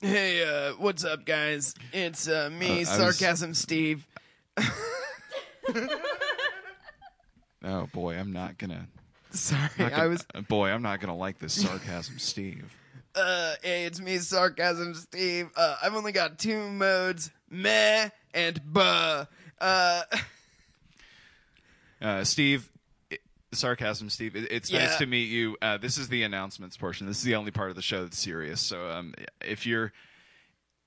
Hey, uh, what's up, guys? It's uh, me, Uh, I was- Sarcasm Steve. Oh boy, I'm not gonna. Sorry, not I gonna- was. uh, boy, I'm not gonna like this sarcasm, Steve. Uh, hey, it's me, Sarcasm Steve. Uh, I've only got two modes: meh and buh. Uh, Uh, Steve, it, sarcasm, Steve. It, it's Yeah. nice to meet you. Uh, this is the announcements portion. This is the only part of the show that's serious. So um, if you're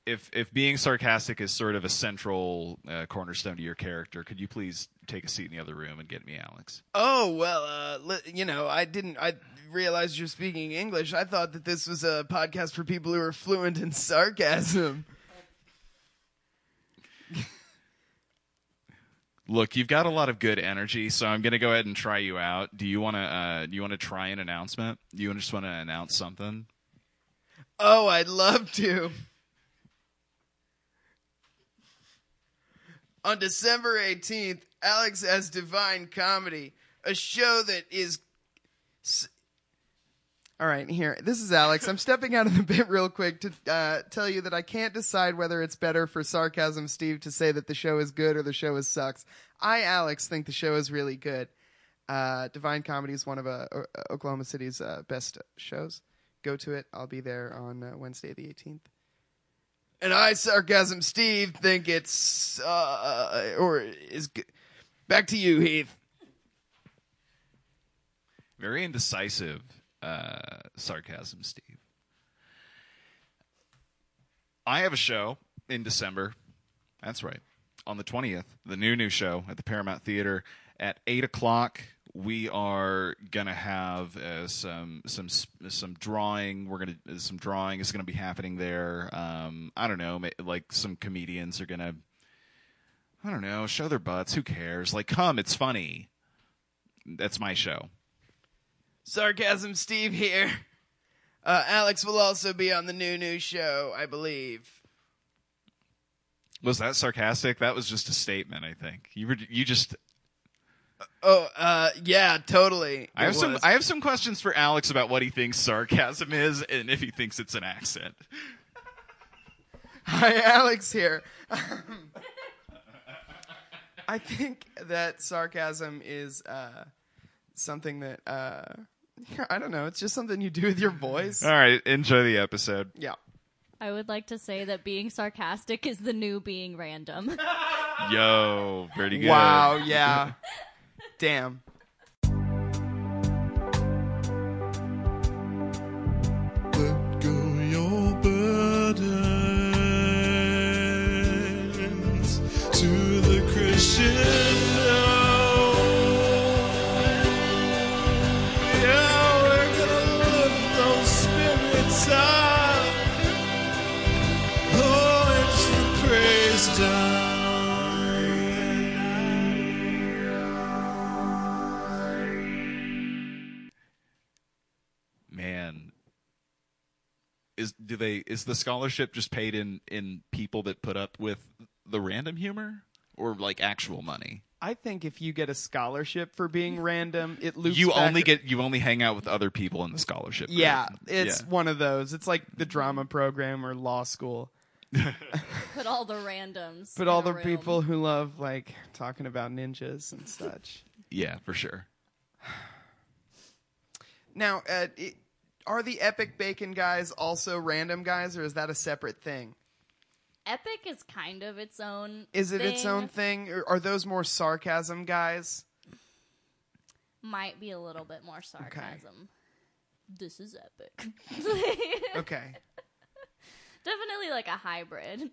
if if being sarcastic is sort of a central uh, cornerstone to your character, could you please take a seat in the other room and get me Alex? oh well, uh, li- you know, I didn't. I realized you're speaking English. I thought that this was a podcast for people who are fluent in sarcasm. Look, you've got a lot of good energy, so I'm gonna go ahead and try you out. Do you wanna uh, do you wanna try an announcement? Do you just wanna announce something? Oh, I'd love to. On December 18th, Alex has Divine Comedy, a show that is. s- All right, here. This is Alex. I'm stepping out of the bit real quick to uh, tell you that I can't decide whether it's better for Sarcasm Steve to say that the show is good or the show is sucks. I, Alex, think the show is really good. Uh, Divine Comedy is one of uh, O- Oklahoma City's uh, best shows. Go to it. I'll be there on uh, Wednesday, the 18th. And I, Sarcasm Steve, think it's. Uh, or is. Good. Back to you, Heath. very indecisive uh, sarcasm, Steve. I have a show in December. That's right. On the 20th, the new, new show at the Paramount Theater at 8 o'clock. We are gonna have uh, some some s- some drawing. We're gonna uh, some drawing is gonna be happening there. Um, I don't know, ma- like some comedians are gonna, I don't know, show their butts. Who cares? Like, come, it's funny. That's my show. Sarcasm Steve here. Uh, Alex will also be on the new new show, I believe. Was that sarcastic? That was just a statement. I think you were you just. Oh, uh, yeah, totally. I have It some. was. I have some questions for Alex about what he thinks sarcasm is and if he thinks it's an accent. Hi, Alex here. I think that sarcasm is uh, something that uh, I don't know. It's just something you do with your voice. All right, enjoy the episode. Yeah. I would like to say that being sarcastic is the new being random. Yo, pretty good. Wow. Yeah. Damn. to the Christian Now we're gonna lift those spirits up. Oh, it's the praise down. man. Is do they is the scholarship just paid in in people that put up with the random humor or like actual money? I think if you get a scholarship for being random, it loops. you back- only get you only hang out with other people in the scholarship. group. Yeah, it's Yeah. one of those. It's like the drama program or law school. Put all the randoms. But in all a the room. people who love like talking about ninjas and such. yeah for sure. Now, uh, i are the epic bacon guys also random guys, or is that a separate thing? Epic is kind of its own. Is it its thing. own thing, or are those more sarcasm guys? Might be a little bit more sarcasm. This is epic. Okay. Definitely like a hybrid.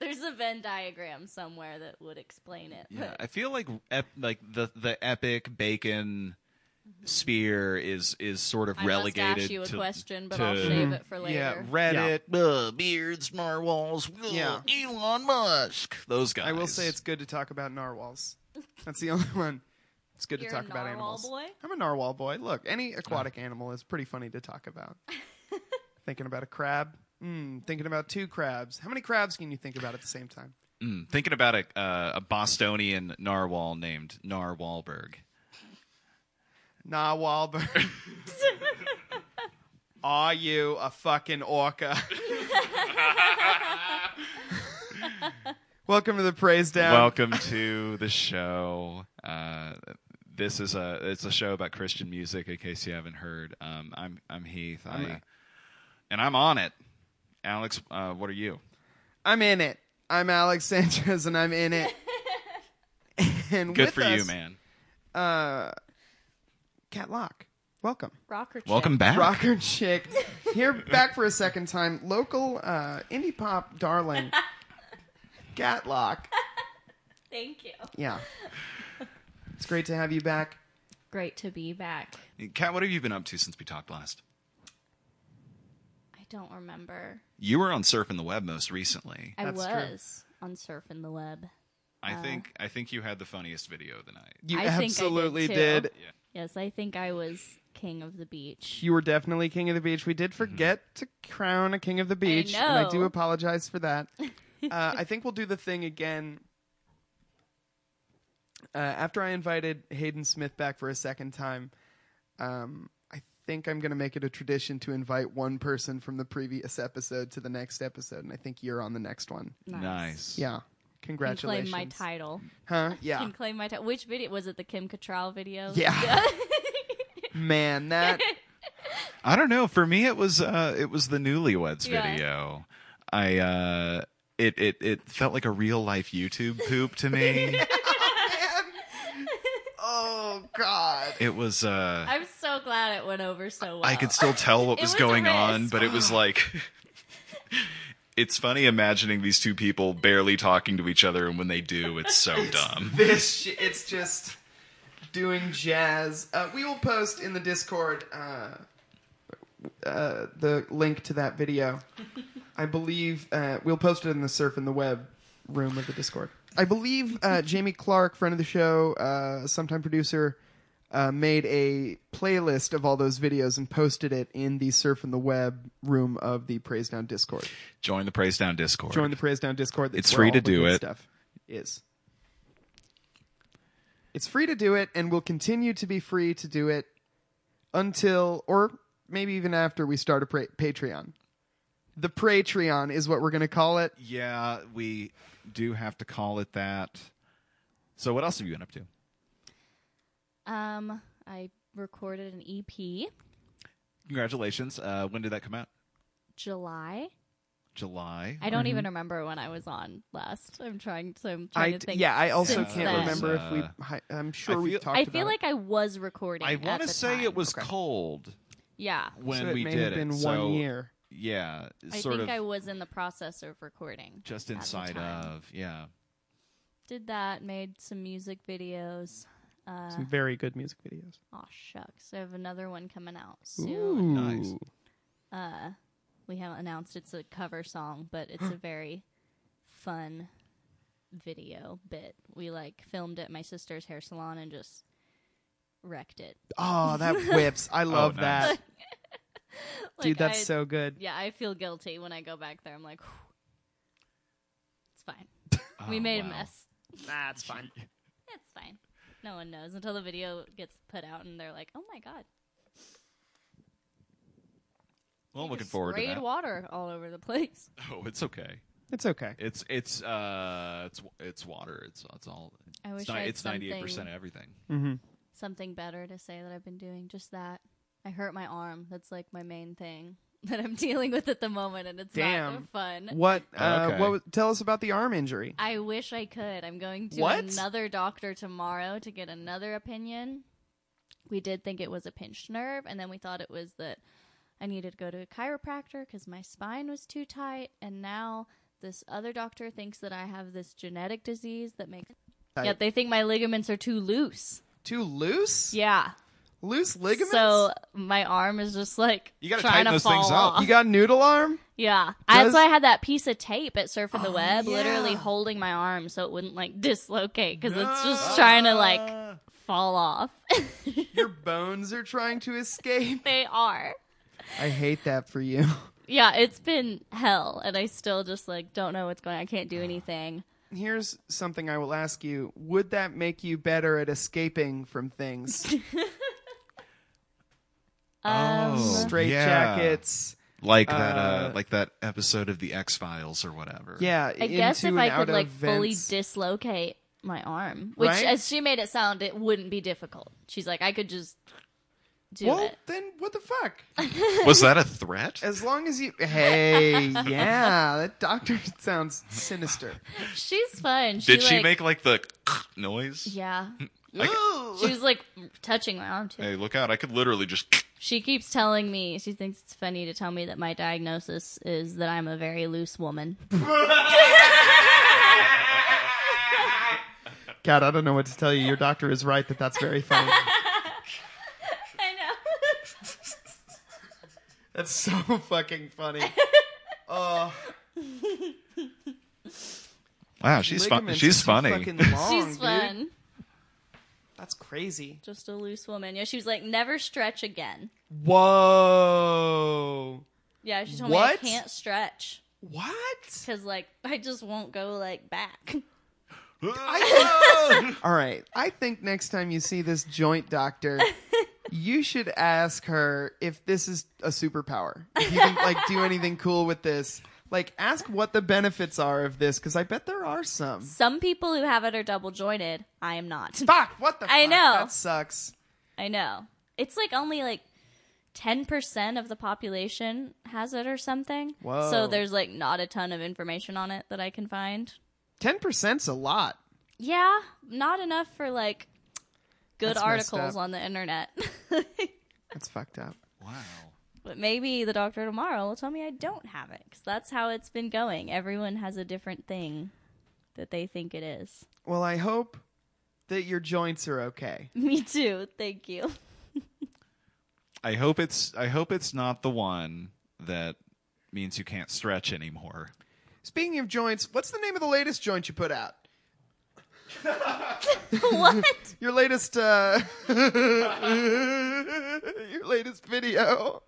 There's a Venn diagram somewhere that would explain it. Yeah, but I feel like ep- like the the epic bacon sphere is is sort of I must relegated ask you a to question, but to- I'll save it for later. yeah Reddit, ugh, beards, narwhals, ugh, Yeah. Elon Musk, those guys. I will say it's good to talk about narwhals. That's the only one. It's good You're to a talk about narwhal animals. boy? I'm a narwhal boy. Look, any aquatic animal is pretty funny to talk about. thinking about a crab. Mm, thinking about two crabs. How many crabs can you think about at the same time? Mm, thinking about a uh, a Bostonian narwhal named Narwhalberg. Nah, Wahlberg. Are you a fucking orca? Welcome to the praise down. Welcome to the show. Uh, this is a it's a show about Christian music. In case you haven't heard, um, I'm I'm Heath. i and I'm on it. Alex, uh, what are you? I'm in it. I'm Alex Sanchez, and I'm in it. and Good with for you, us, uh, man. Cat Lock, welcome. Rocker. chick. Welcome back. Rocker chick, here back for a second time. Local uh, indie pop darling, Catlock. Thank you. Yeah, it's great to have you back. Great to be back. Kat, what have you been up to since we talked last? I don't remember. You were on surfing the web most recently. I That's true. was on surfing the web. I think I think you had the funniest video of the night. You I think I did, absolutely too. did, Yes, I think I was king of the beach. You were definitely king of the beach. We did forget to crown a king of the beach, and I do know. apologize for that. uh, I think we'll do the thing again. Uh, after I invited Hayden Smith back for a second time, um, I think I'm going to make it a tradition to invite one person from the previous episode to the next episode, and I think you're on the next one. Nice. Yeah, You congratulations. claim my title. Huh? Yeah. Can claim my title. Which video was it? The Kim Cattrall video. Yeah. Man, that I don't know. For me, it was uh, it was the Newlyweds Yeah. video. I uh, it it it felt like a real life YouTube poop to me. oh god. it was. Uh, I'm so glad it went over so well. I could still tell what It was, was a going on, risk. but it was like it's funny imagining these two people barely talking to each other, and when they do, it's so dumb. this sh- it's just doing jazz uh, we will post in the discord uh, uh, the link to that video i believe uh, we'll post it in the surf and the web room of the discord i believe uh, jamie clark friend of the show uh, sometime producer uh, made a playlist of all those videos and posted it in the surf and the web room of the praise down discord Join the Praise Down Discord. join the praise down discord that's It's where free all to the do good it. stuff is it's free to do it and will continue to be free to do it until or maybe even after we start a pra- patreon the patreon is what we're going to call it yeah, we do have to call it that. So, what else have you been up to? Um, I recorded an E EP Congratulations. Uh, when did that come out? July. July. I don't even remember when I was on last. I'm trying to. I'm I trying to d- think. yeah i also since can't then. remember if Uh, we hi- i'm sure we feel- talked I about feel it. like I was recording. I want to say it was Okay. cold Yeah. when so it we may did have been it. one so, year Yeah, I sort think of I was in the process of recording. just at the inside time. of. Yeah. Did that, made some music videos. Uh, some very good music videos aw, shucks. I have another one coming out soon. nice. Ooh. Uh, we haven't announced it's a cover song, but it's a very fun video bit. We like filmed at my sister's hair salon and just wrecked it. oh that whips i love nice. that dude Like, that's I- so good Yeah, I feel guilty when I go back there. I'm like, "Whew. it's fine. Oh, we made a mess. that's fine It's fine. No one knows until the video gets put out and they're like, oh my god. Well, I'm you looking just forward to sprayed that. water all over the place. Oh, it's okay. it's okay It's it's uh it's it's water. It's it's all. I it's wish ni- I had it's ninety eight percent something- everything. Mm-hmm. Something better to say that I've been doing just that. I hurt my arm. That's like my main thing that I'm dealing with at the moment and it's Damn. not fun. What? Uh, Okay. What? was- Tell us about the arm injury. I wish I could. I'm going to What? another doctor tomorrow to get another opinion. We did think it was a pinched nerve, and then we thought it was that I needed to go to a chiropractor because my spine was too tight, and now this other doctor thinks that I have this genetic disease that makes. Tight. Yeah, they think my ligaments are too loose. Too loose? Yeah, Loose ligaments. so uh, my arm is just like You gotta trying tighten to those fall things up. off. you got noodle arm? Yeah, Does- Oh, that's why I had that piece of tape at Surf of the Web, yeah. literally holding my arm so it wouldn't like dislocate because it's just trying to like Uh, fall off. Your bones are trying to escape. they are. I hate that for you. Yeah, it's been hell, and I still just like don't know what's going. on. I can't do anything. Here's something I will ask you: Would that make you better at escaping from things? oh, Straight Um, yeah. jackets, like that uh, Uh, like that episode of the X Files or whatever. Yeah, I guess if into I and could out like of fully vents. dislocate my arm, which Right? as she made it sound, it wouldn't be difficult. She's like, I could just do well, it. then what the fuck? was that a threat? As long as you, hey, yeah, that doctor sounds sinister. She's fun. She, Did she like- make like the noise? Yeah, Ooh. she was like touching my arm too. Hey, look out! I could literally just. She keeps telling me she thinks it's funny to tell me that my diagnosis is that I'm a very loose woman. God, I don't know what to tell you. Your doctor is right that that's very funny. I know. That's so fucking funny. Oh, Wow, she's fun. ligaments She's are too funny. fucking long, She's dude. fun. That's crazy. Just a loose woman. Yeah, she was like, never stretch again. Whoa. Yeah, she told What? me I can't stretch What? because like I just won't go like back. All right. I think next time you see this joint doctor, you should ask her if this is a superpower. If you can like do anything cool with this. Like ask what the benefits are of this cuz I bet there are some. Some people who have it are double jointed. I am not. Fuck, what the I fuck? know. That sucks. I know. It's like only like 10% of the population has it or something. Whoa. So there's like not a ton of information on it that I can find. 10%'s a lot. Yeah, not enough for like good That's messed articles up. on the internet. That's fucked up. wow. but maybe the doctor tomorrow will tell me I don't have it cuz that's how it's been going. Everyone has a different thing that they think it is. Well, I hope that your joints are okay. Me too. Thank you. I hope it's. I hope it's not the one that means you can't stretch anymore. Speaking of joints, what's the name of the latest joint you put out? what? Your latest uh your latest video.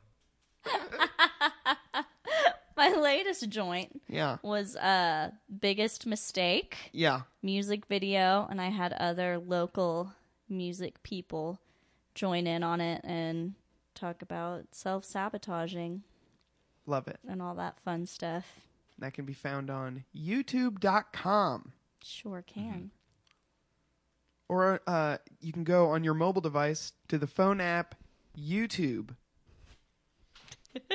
My latest joint Yeah. was uh biggest mistake. Yeah. music video and I had other local music people join in on it and talk about self sabotaging Love it. and all that fun stuff. That can be found on youtube.com Sure can. or uh, you can go on your mobile device to the phone app YouTube.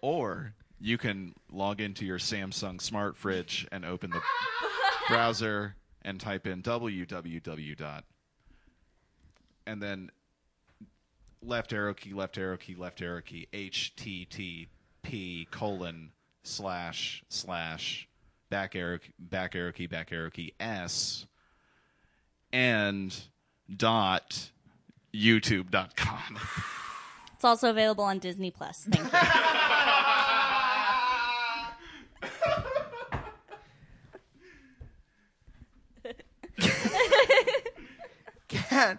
Or you can log into your Samsung smart fridge and open the browser and type in www. dot, And then left arrow key, left arrow key, left arrow key, HTTP colon slash slash back arrow back arrow key back arrow key s and dot youtube dot com. It's also available on Disney Plus. Thank you. Kat,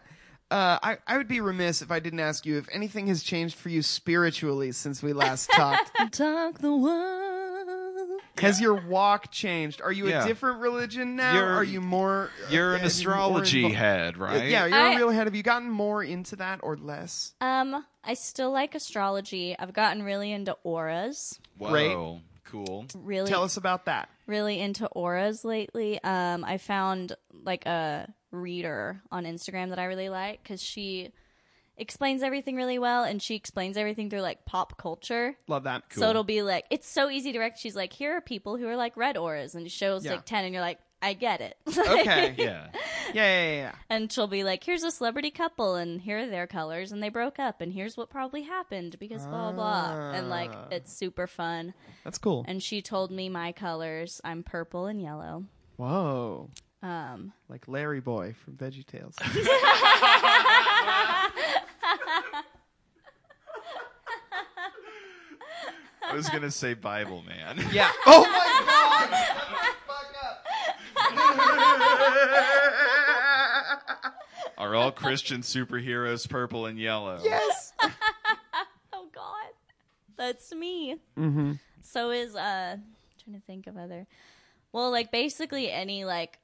uh, I, I would be remiss if I didn't ask you if anything has changed for you spiritually since we last talked. Talk the world. has your walk changed? Are you Yeah. a different religion now? You're- Are you more. You're uh, an more astrology invo- head, right? Yeah, you're I- a real head. Have you gotten more into that or less? Um, I still like astrology. I've gotten really into auras. Great. Whoa, cool. Really Tell us about that. really into auras lately. Um, I found like a reader on Instagram that I really like because she explains everything really well and she explains everything through like pop culture. Love that. So it'll be like, it's so easy to rec. She's like, here are people who are like red auras and shows Yeah. Oh, like 10, and you're like, I get it. Okay. yeah, yeah, Yeah. yeah, yeah. and she'll be like, here's a celebrity couple and here are their colors and they broke up and here's what probably happened because blah, blah, blah. And like, Ah. it's super fun. That's cool. And she told me my colors I'm purple and yellow. Whoa. Um, Like Larry Boy from VeggieTales. I was going to say Bible man. yeah. Oh my god! Are all Christian superheroes purple and yellow? Yes. Oh God, that's me. Mm-hmm. So is uh, trying to think of other. Well, like basically any like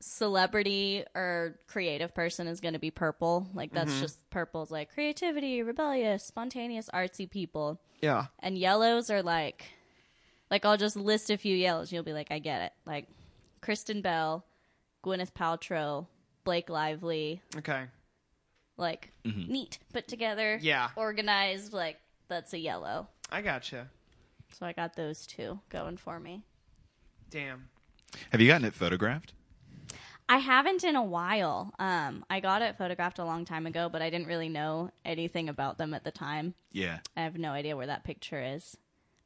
celebrity or creative person is going to be purple. Like that's Mm-hmm. just purple's like creativity, rebellious, spontaneous, artsy people. Yeah. And yellows are like, like I'll just list a few yellows. You'll be like, I get it. Like Kristen Bell, Gwyneth Paltrow, Blake Lively, Okay. like neat, put together, Yeah. organized. Like that's a yellow. I gotcha. So I got those two going for me. Damn. Have you gotten it photographed? I haven't in a while. Um, I got it photographed a long time ago, but I didn't really know anything about them at the time. Yeah. I have no idea where that picture is.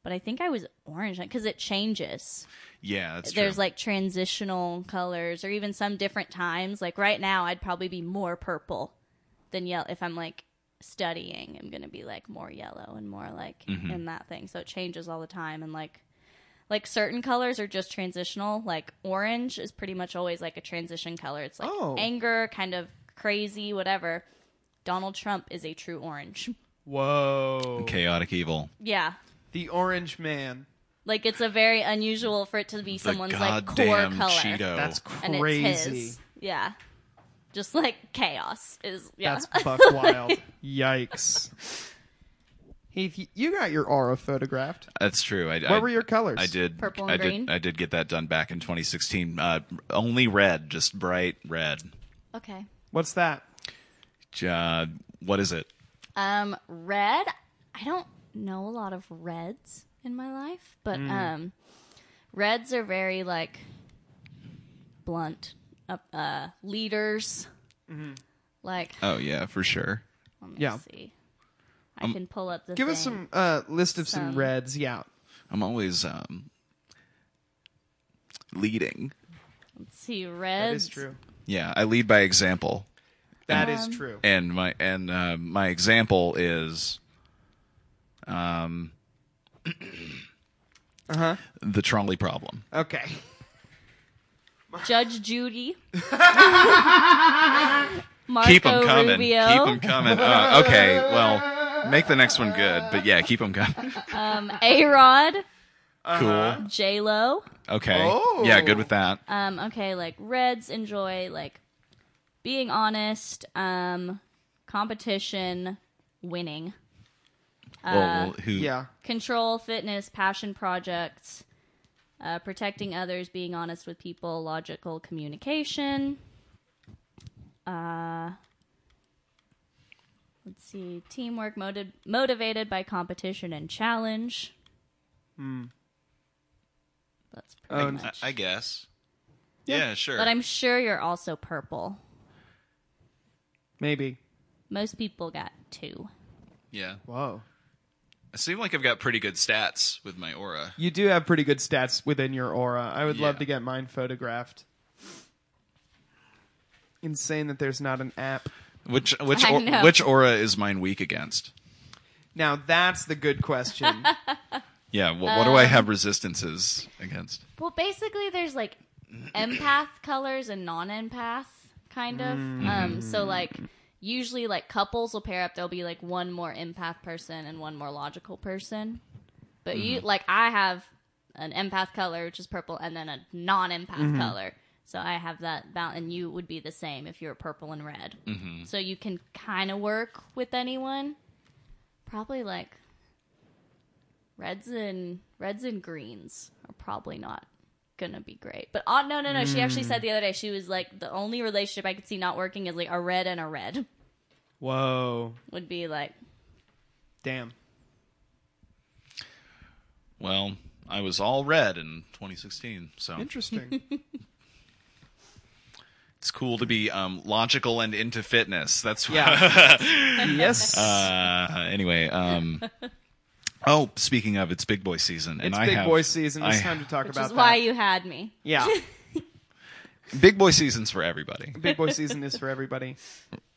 But I think I was orange because it changes. Yeah, that's There's true. like transitional colors or even some different times. Like right now, I'd probably be more purple than yellow. If I'm like studying, I'm going to be like more yellow and more like Mm-hmm. in that thing. So it changes all the time. And like, like certain colors are just transitional. Like orange is pretty much always like a transition color. It's like Oh. anger, kind of crazy, whatever. Donald Trump is a true orange. Whoa. chaotic evil. yeah. The Orange Man. Like it's a very unusual for it to be someone's the like core goddamn color. Cheeto. That's And crazy. it's his. Yeah. Just like chaos is yeah. That's buck wild. Yikes. Heath, y- you got your aura photographed. That's true. I, What I, were your colors? I did. Purple and I green? Did, I did get that done back in 2016. Uh, only red, just bright red. okay. What's that? Uh, what is it? Um red. I don't know a lot of reds in my life, but Mm. um reds are very like blunt uh, uh leaders. Like Oh yeah, for sure. let me Mm-hmm. Yeah. Um, see. I can pull up the Give us thing. some uh, list of some Some- reds. Yeah. I'm always um, leading. Let's see reds. That is true. Yeah, I lead by example, That Um, is true. and my and uh, my example is um, Uh Uh-huh. huh. the trolley problem. Okay. Judge Judy. Keep 'em Marco keep them coming. Keep 'em Rubio. Keep them coming. Uh, okay, well, make the next one good, but yeah, keep them coming. Um, A Rod. Cool. J Lo. Okay. Oh. Yeah, good with that. Um, okay, like Reds enjoy like being honest, um, competition, winning, well, Uh, who? Yeah. control, fitness, passion projects, uh, protecting others, being honest with people, logical communication. Uh, let's see, teamwork, motiv- motivated by competition and challenge. That's pretty Oh, n- much. I guess. Yeah, sure. But I'm sure you're also purple. Maybe. Most people got two. yeah. Whoa. I seem like I've got pretty good stats with my aura. You do have pretty good stats within your aura. I would love Yeah. to get mine photographed. Insane that there's not an app. Which which I or, know. which aura is mine weak against? Now that's the good question. Yeah. What, what Um, do I have resistances against? Well, basically, there's like empath colors and non-empath kind of. Um, so like usually like couples will pair up. There'll be like one more empath person and one more logical person. But you like I have an empath color which is purple, and then a non-empath color. So I have that balance, and you would be the same if you were purple and red. So you can kind of work with anyone. Probably like reds and reds and greens are probably not gonna be great. But oh no no no, she actually said the other day she was like the only relationship I could see not working is like a red and a red Whoa. would be like Damn. Well, I was all red in 2016, so Interesting. it's cool to be um, logical and into fitness. That's what, Yeah. yes. Uh, anyway, um, oh, speaking of, it's big boy season, and it's I big have, boy season. It's I- time to talk which about is why that. you had me. yeah. big boy season's for everybody, big boy season is for everybody.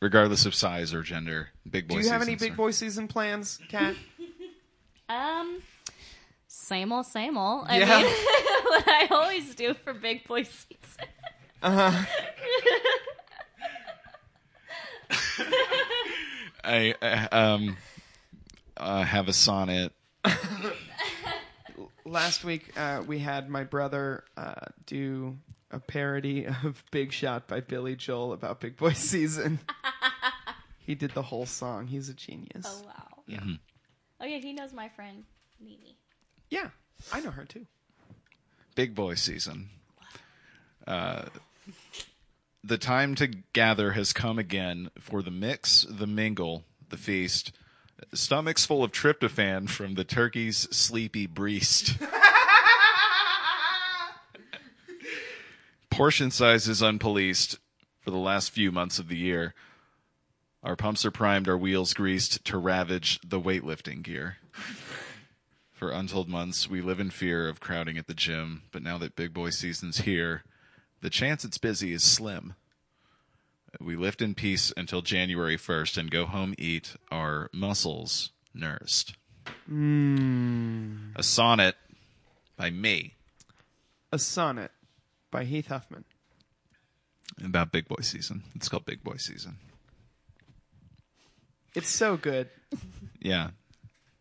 regardless of size or gender. Big boy. Do you have any season's big for- boy season plans, Kat? Um same old same old. I Yeah. mean what I always do for big boy season. I uh, um, uh, have a sonnet. Last week uh, we had my brother uh, do a parody of Big Shot by Billy Joel about Big Boy Season. he did the whole song. He's a genius. Oh wow. Yeah. Oh yeah, he knows my friend Nini. Yeah, I know her too. Big boy season. Uh, the time to gather has come again for the mix, the mingle, the feast. Stomachs full of tryptophan from the turkey's sleepy breast. Portion sizes unpoliced for the last few months of the year. Our pumps are primed, our wheels greased to ravage the weightlifting gear. For untold months, we live in fear of crowding at the gym, but now that big boy season's here, the chance it's busy is slim. We lift in peace until January 1st and go home eat our muscles nursed. A sonnet by me A sonnet by Heath Huffman. about big boy season. It's called Big Boy Season. It's so good. Yeah.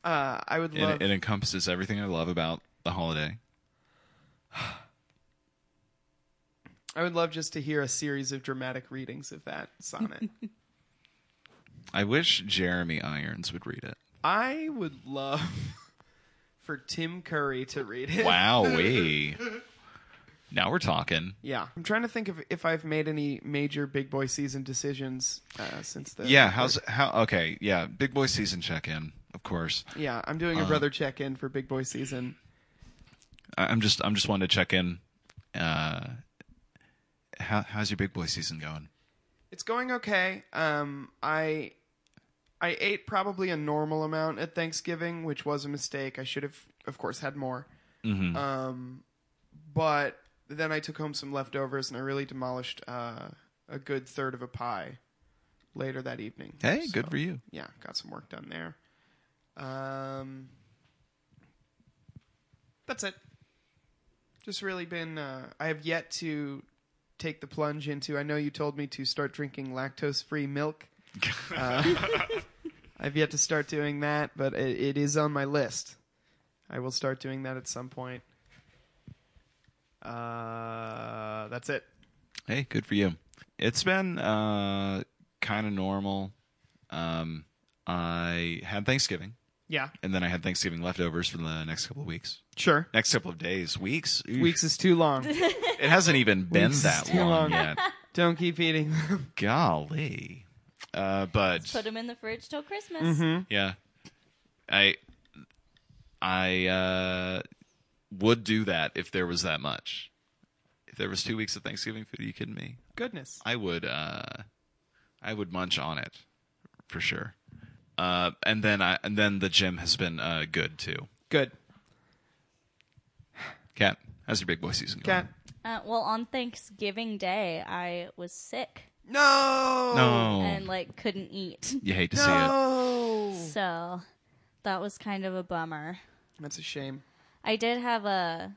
Uh, I would love. It, it encompasses everything I love about the holiday. I would love just to hear a series of dramatic readings of that sonnet. I wish Jeremy Irons would read it. I would love for Tim Curry to read it. Wowee. now we're talking. Yeah, I'm trying to think of if I've made any major Big Boy season decisions uh, since the Yeah, how's how okay, yeah. Big boy season check in, of course. yeah. I'm doing a Uh-huh. brother check in for Big Boy season. I, I'm just I'm just wanting to check in. Uh how how's your big boy season going? It's going okay. Um, I I ate probably a normal amount at Thanksgiving, which was a mistake. I should have, of course, had more. Mm-hmm. Um, but then I took home some leftovers and I really demolished uh, a good third of a pie later that evening. Hey, So, good for you. Yeah, got some work done there. Um, that's it. Just really been. Uh, I have yet to take the plunge into. I know you told me to start drinking lactose-free milk. Uh, I've yet to start doing that, but it, it is on my list. I will start doing that at some point. Uh, that's it. Hey, good for you. It's been uh kind of normal. Um I had Thanksgiving Yeah, and then I had Thanksgiving leftovers for the next couple of weeks. sure. Next couple of days, weeks. Oof. Weeks is too long. It hasn't even been Weeks is that too long. long yet. Don't keep eating them. Golly. Uh but Put him in the fridge till Christmas. Yeah. I I uh would do that if there was that much. If there was 2 weeks of Thanksgiving food, are you kidding me? Goodness. I would uh I would munch on it for sure. Uh and then I and then the gym has been uh good too. Good. Cat, how's your big boy season going? Cat. Uh, well, on Thanksgiving Day, I was sick No. No. and like couldn't eat, you hate to see it. No. so that was kind of a bummer. That's a shame. I did have a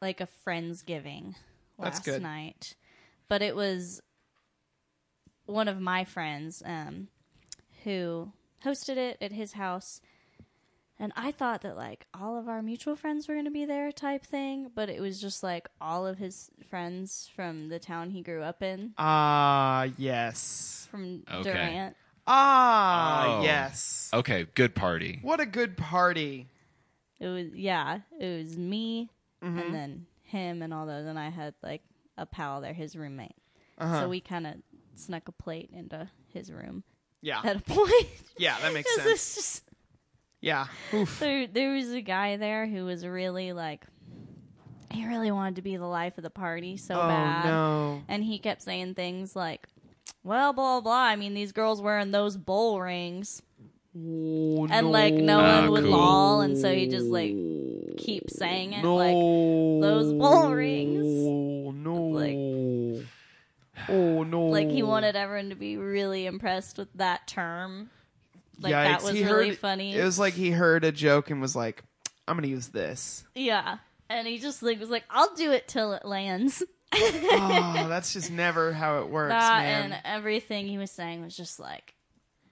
like a friendsgiving That's last good. night, but it was one of my friends um, who hosted it at his house, and I thought that like all of our mutual friends were going to be there type thing, but it was just like all of his friends from the town he grew up in, Ah, yes. from Okay. Durant. Ah, Oh. yes. Okay, good party. What a good party. It was yeah, it was me Mm-hmm. and then him and all those, and I had like a pal there, his roommate. Uh-huh. So we kind of snuck a plate into his room Yeah. at a point. Ah. Yeah, that makes 'Cause sense. it's just- Yeah. Oh, Oof. there, there was a guy there who was really like, he really wanted to be the life of the party so Oh bad, no. and he kept saying things like, "Well, blah blah." I mean, these girls wearing those bowl rings. Oh, and like no Ah, one would cool. lol, and so he just like keep saying it like those bowl rings. Oh no. Like- oh no. Like he wanted everyone to be really impressed with that term. Like that Yikes, was he really heard- funny. It was like he heard a joke and was like, "I'm gonna use this." yeah, and he just like was like, "I'll do it till it lands." oh, that's just never how it works, That man. and everything he was saying was just like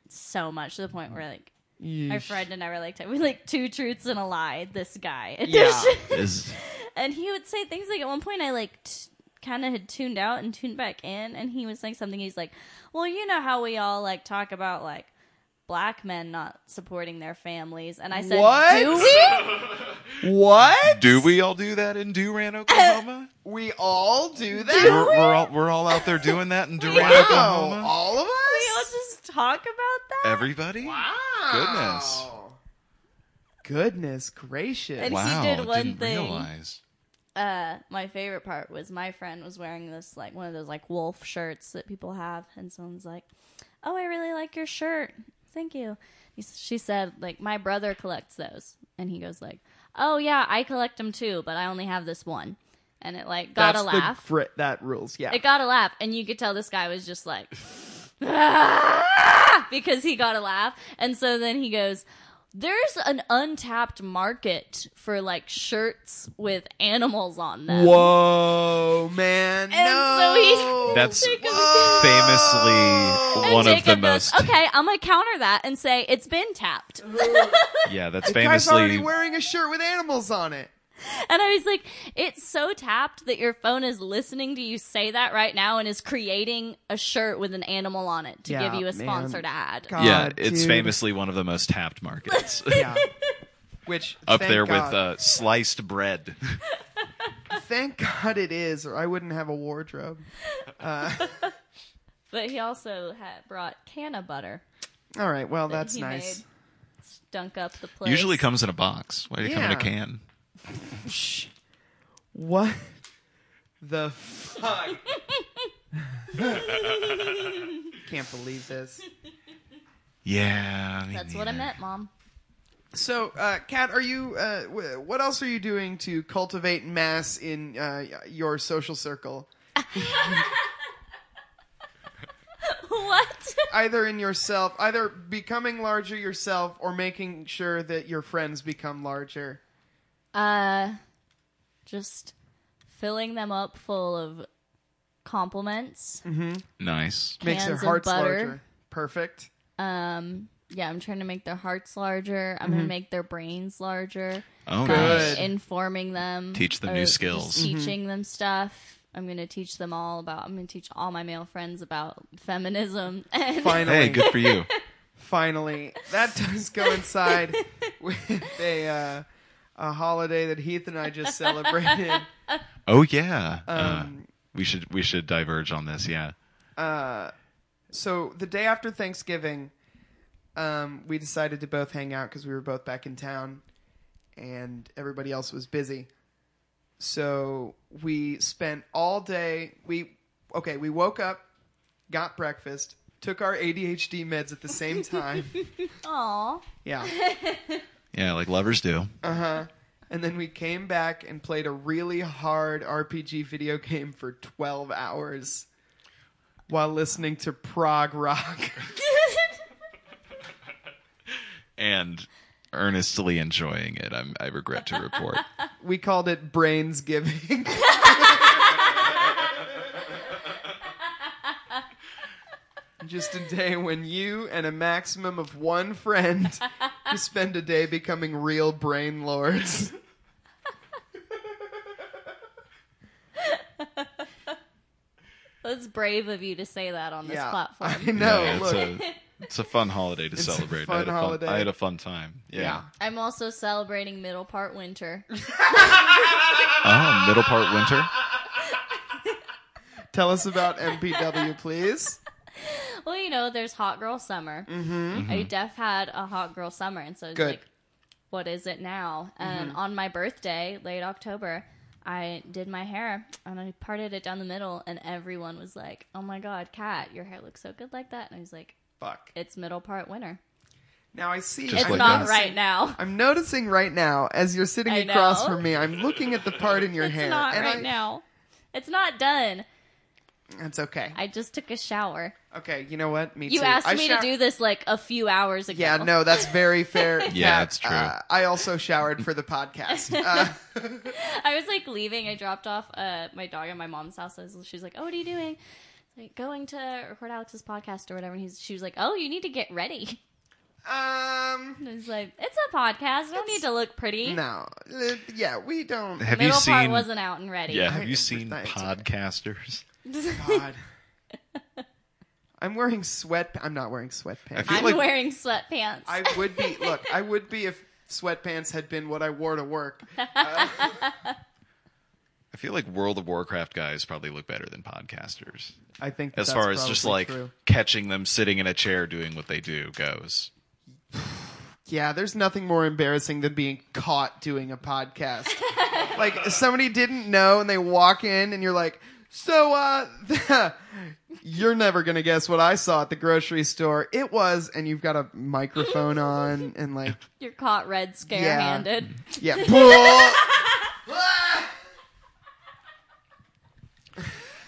so much to the point where like my Yeesh. friend and I were like, we like two truths and a lie. This guy, Yeah. Is and he would say things like at one point I like t- kind of had tuned out and tuned back in, and he was saying something. He's like, "Well, you know how we all like talk about like." Black men not supporting their families, and I said, What? "Do we? What? Do we all do that in Duran, Oklahoma? We all do we're, that? we're all we're all out there doing that in Duran, Wow. Oklahoma. All of We all us? just talk about that." Everybody. Goodness. Wow. Goodness gracious. And he Wow, did one didn't thing. realize. uh my favorite part was my friend was wearing this like one of those like wolf shirts that people have and someone's like oh i really like your shirt thank you He s- she said like my brother collects those and he goes like oh yeah i collect them too but i only have this one and it like got That's a the laugh fri- that rules, yeah. it got a laugh and you could tell this guy was just like "Ah!" because he got a laugh and so then he goes there's an untapped market for like shirts with animals on them Whoa, man. And no. so he- That's Jacob- Whoa. famously one Oh! and of the Jacob most. Goes, okay, I'm gonna counter that and say it's been tapped. Yeah, that's The guy's already famously wearing a shirt with animals on it. and I was like, it's so tapped that your phone is listening to you say that right now and is creating a shirt with an animal on it to Yeah, give you man. a sponsored ad. God, yeah, it's dude. famously one of the most tapped markets. Yeah. Which Up thank there God. with uh, sliced bread. Thank God it is, or I wouldn't have a wardrobe. But he also had brought canna butter. All right, well that that's he nice. Made. Stunk up the place. Usually comes in a box. Why do you come in a Yeah. can? What the fuck? Can't believe this. Yeah, me That's what I neither. meant, Mom. So, uh, Kat, are you? Uh, wh- what else are you doing to cultivate mass in uh, your social circle? what? Either in yourself, either becoming larger yourself, or making sure that your friends become larger. Uh, just filling them up full of compliments. Nice. Makes their Cans of hearts butter. larger. Perfect. Um, yeah, I'm trying to make their hearts larger. I'm gonna make their brains larger. Um, Oh, Good. nice. Informing them, Teach them or new just skills. Mhm. teaching them stuff. I'm gonna teach them all about. I'm gonna teach all my male friends about feminism. And Finally, Hey, good for you. finally that does coincide with a uh, a holiday that heath and i just celebrated Oh yeah. Uh, Um, we should we should diverge on this. Yeah. so the day after thanksgiving um, we decided to both hang out because we were both back in town and everybody else was busy so we spent all day we okay we woke up got breakfast took our adhd meds at the same time Aw, yeah Yeah, like lovers do. Uh, And then we came back and played a really hard RPG video game for 12 hours while listening to prog rock. And earnestly enjoying it. I'm, I regret to report. We called it Brains Giving. Just a day when you and a maximum of one friend just spend a day becoming real brain lords. that's brave of you to say that on this Yeah. platform. I know. Yeah, it's look, a it's a fun holiday to a celebrate. fun I had a holiday. fun I had a fun time. Yeah. I'm also celebrating middle part winter. Oh, middle part winter. tell us about MPW, please. Well, you know, there's hot girl summer. Mm-hmm. I def had a hot girl summer, and so it's Good. Mm-hmm. like, what is it now? And on my birthday, late October, I did my hair and I parted it down the middle, and everyone was like, "Oh my god, Kat, your hair looks so good like that." And I was like, Fuck. "It's middle part winter. Now I see. Just It's like not that. right now." I'm noticing right now as you're sitting I across know. from me, I'm looking at the part in your It's hair. not and right I- now. It's not done. That's okay. I just took a shower. Okay, you know what? Me You too. asked I me show- to do this like a few hours ago. Yeah, no, that's very fair. Yeah, Kat, that's true. uh, I also showered for the podcast. Uh, I was like leaving. I dropped off uh, my dog at my mom's house. I was- She's like, "Oh, what are you doing?" I was Like going to record Alex's podcast or whatever. And he's she was like, "Oh, you need to get ready." Um, It's like it's a podcast. I don't need to look pretty. no, Uh, yeah, we don't. Have you Middle seen? part wasn't out and ready. yeah, I- have you seen it's okay. podcasters? God. I'm wearing sweat. I'm not wearing sweatpants. I I'm feel like- wearing sweatpants. I would be. Look, I would be if sweatpants had been what I wore to work. I feel like World of Warcraft guys probably look better than podcasters, I think that as that's far as just probably like true. catching them sitting in a chair doing what they do goes. yeah. There's nothing more embarrassing than being caught doing a podcast. like somebody didn't know, and they walk in, and you're like, "So, uh, you're never gonna guess what I saw at the grocery store. It was," and you've got a microphone on, and like, You're caught red scare-handed. yeah. bull.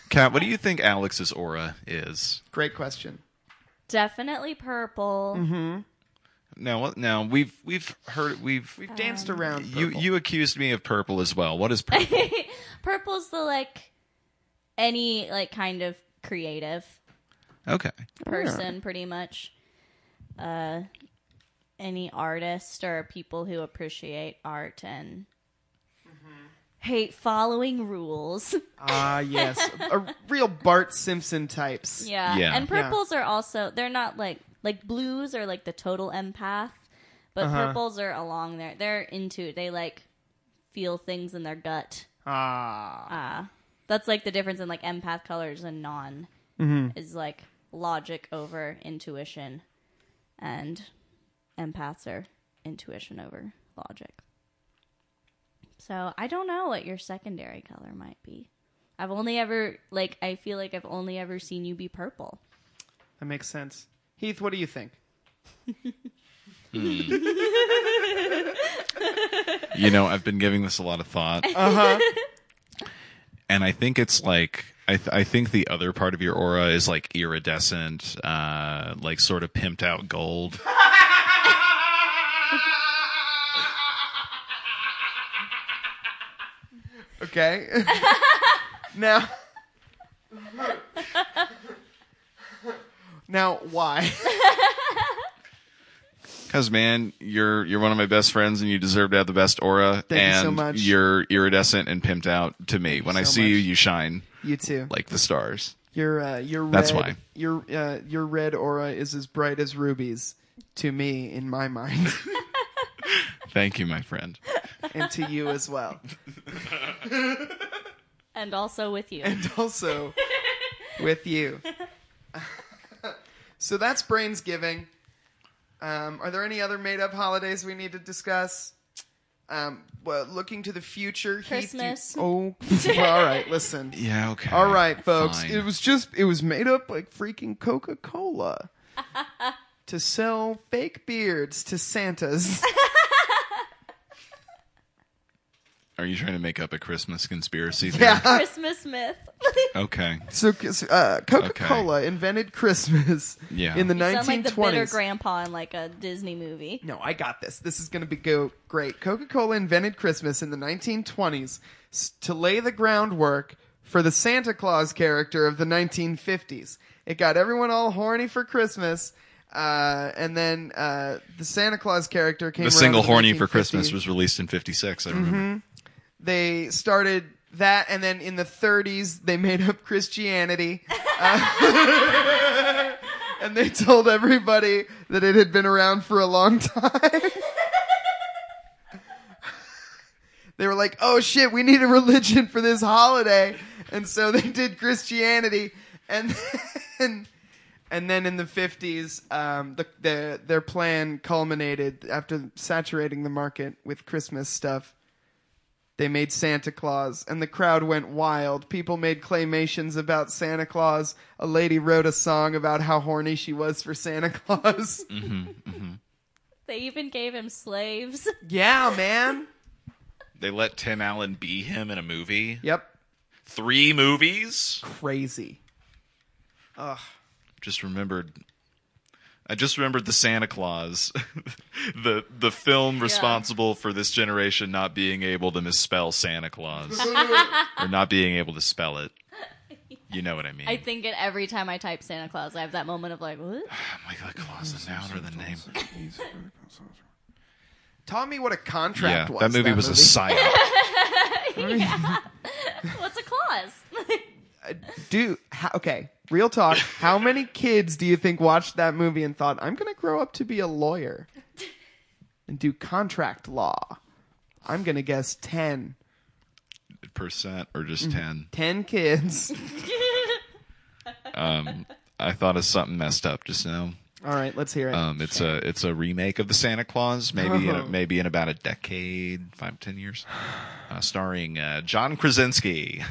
Kat, what do you think Alex's aura is? Great question. Definitely purple. Mm-hmm. No, what- no, we've we've heard we've We've danced around. you purple. you accused me of purple as well. What is purple? Purple's the like any like kind of creative okay, person, pretty much. Uh, any artist or people who appreciate art and hate following rules. Ah, yes. A real Bart Simpson types. Yeah. Yeah. And Yeah. purples are also they're not like like blues are like the total empath, but purples are along there. They're into it. They like feel things in their gut. Ah. Uh that's like the difference in like empath colors and non is like logic over intuition and empaths are intuition over logic. So I don't know what your secondary color might be. I've only ever like I feel like I've only ever seen you be purple. That makes sense. Heath, what do you think? you know I've been giving this a lot of thought, Uh huh. and I think it's like I th- I think the other part of your aura is like iridescent, uh, like sort of pimped out gold. okay. now. now, why? Because man, you're you're one of my best friends, and you deserve to have the best aura. Thank you and so much. You're iridescent and pimped out to me. when I so see you, much. you shine you too. like the stars. Your uh, your red, That's why. your uh, your red aura is as bright as rubies to me in my mind, Thank you, my friend. and to you as well. And also with you. and also with you. so that's Brains Giving. Um, are there any other made up holidays we need to discuss? Um, well, looking to the future, Heath, you- Christmas. oh, well, all right. Listen, Yeah. Okay. all right, folks. Fine. It was just it was made up like freaking Coca Cola to sell fake beards to Santas. Are you trying to make up a Christmas conspiracy? theory? yeah. Christmas myth. Okay. So uh, Coca Cola invented Christmas Yeah. in the You Sound like 1920s. the bitter grandpa in like a Disney movie. No, I got this. This is going to be go great. Coca-Cola invented Christmas in the 1920s s- to lay the groundwork for the Santa Claus character of the 1950s. It got everyone all horny for Christmas, uh, and then uh, the Santa Claus character came. The around single in "Horny for 1950s. Christmas" was released in '56. I remember. They started that, and then in the 30s they made up Christianity. Uh, And they told everybody that it had been around for a long time. they were like, oh shit, we need a religion for this holiday. And so they did Christianity. And then, and then in the 50s, um, the, the, their plan culminated after saturating the market with Christmas stuff. They made Santa Claus, and the crowd went wild. People made claymations about Santa Claus. A lady wrote a song about how horny she was for Santa Claus. They even gave him slaves. yeah, man. They let Tim Allen be him in a movie. Yep. Three movies. Crazy. Just remembered. I just remembered the Santa Claus, the the film responsible for this generation not being able to misspell Santa Claus or not being able to spell it. You know what I mean. I think it every time I type Santa Claus. I have that moment of like, what? Michael Claus is a noun or the name. Tell me what a Yeah, contract was. that movie was a psyop. What's a clause? do how, okay real talk how many kids do you think watched that movie and thought i'm going to grow up to be a lawyer and do contract law i'm going to guess 10 percent or just ten. 10 kids I thought of something messed up just now. all right let's hear it Um, it's a it's a remake of the Santa Claus, maybe in Oh. a, maybe in about a decade, five ten years, uh, starring uh, John Krasinski.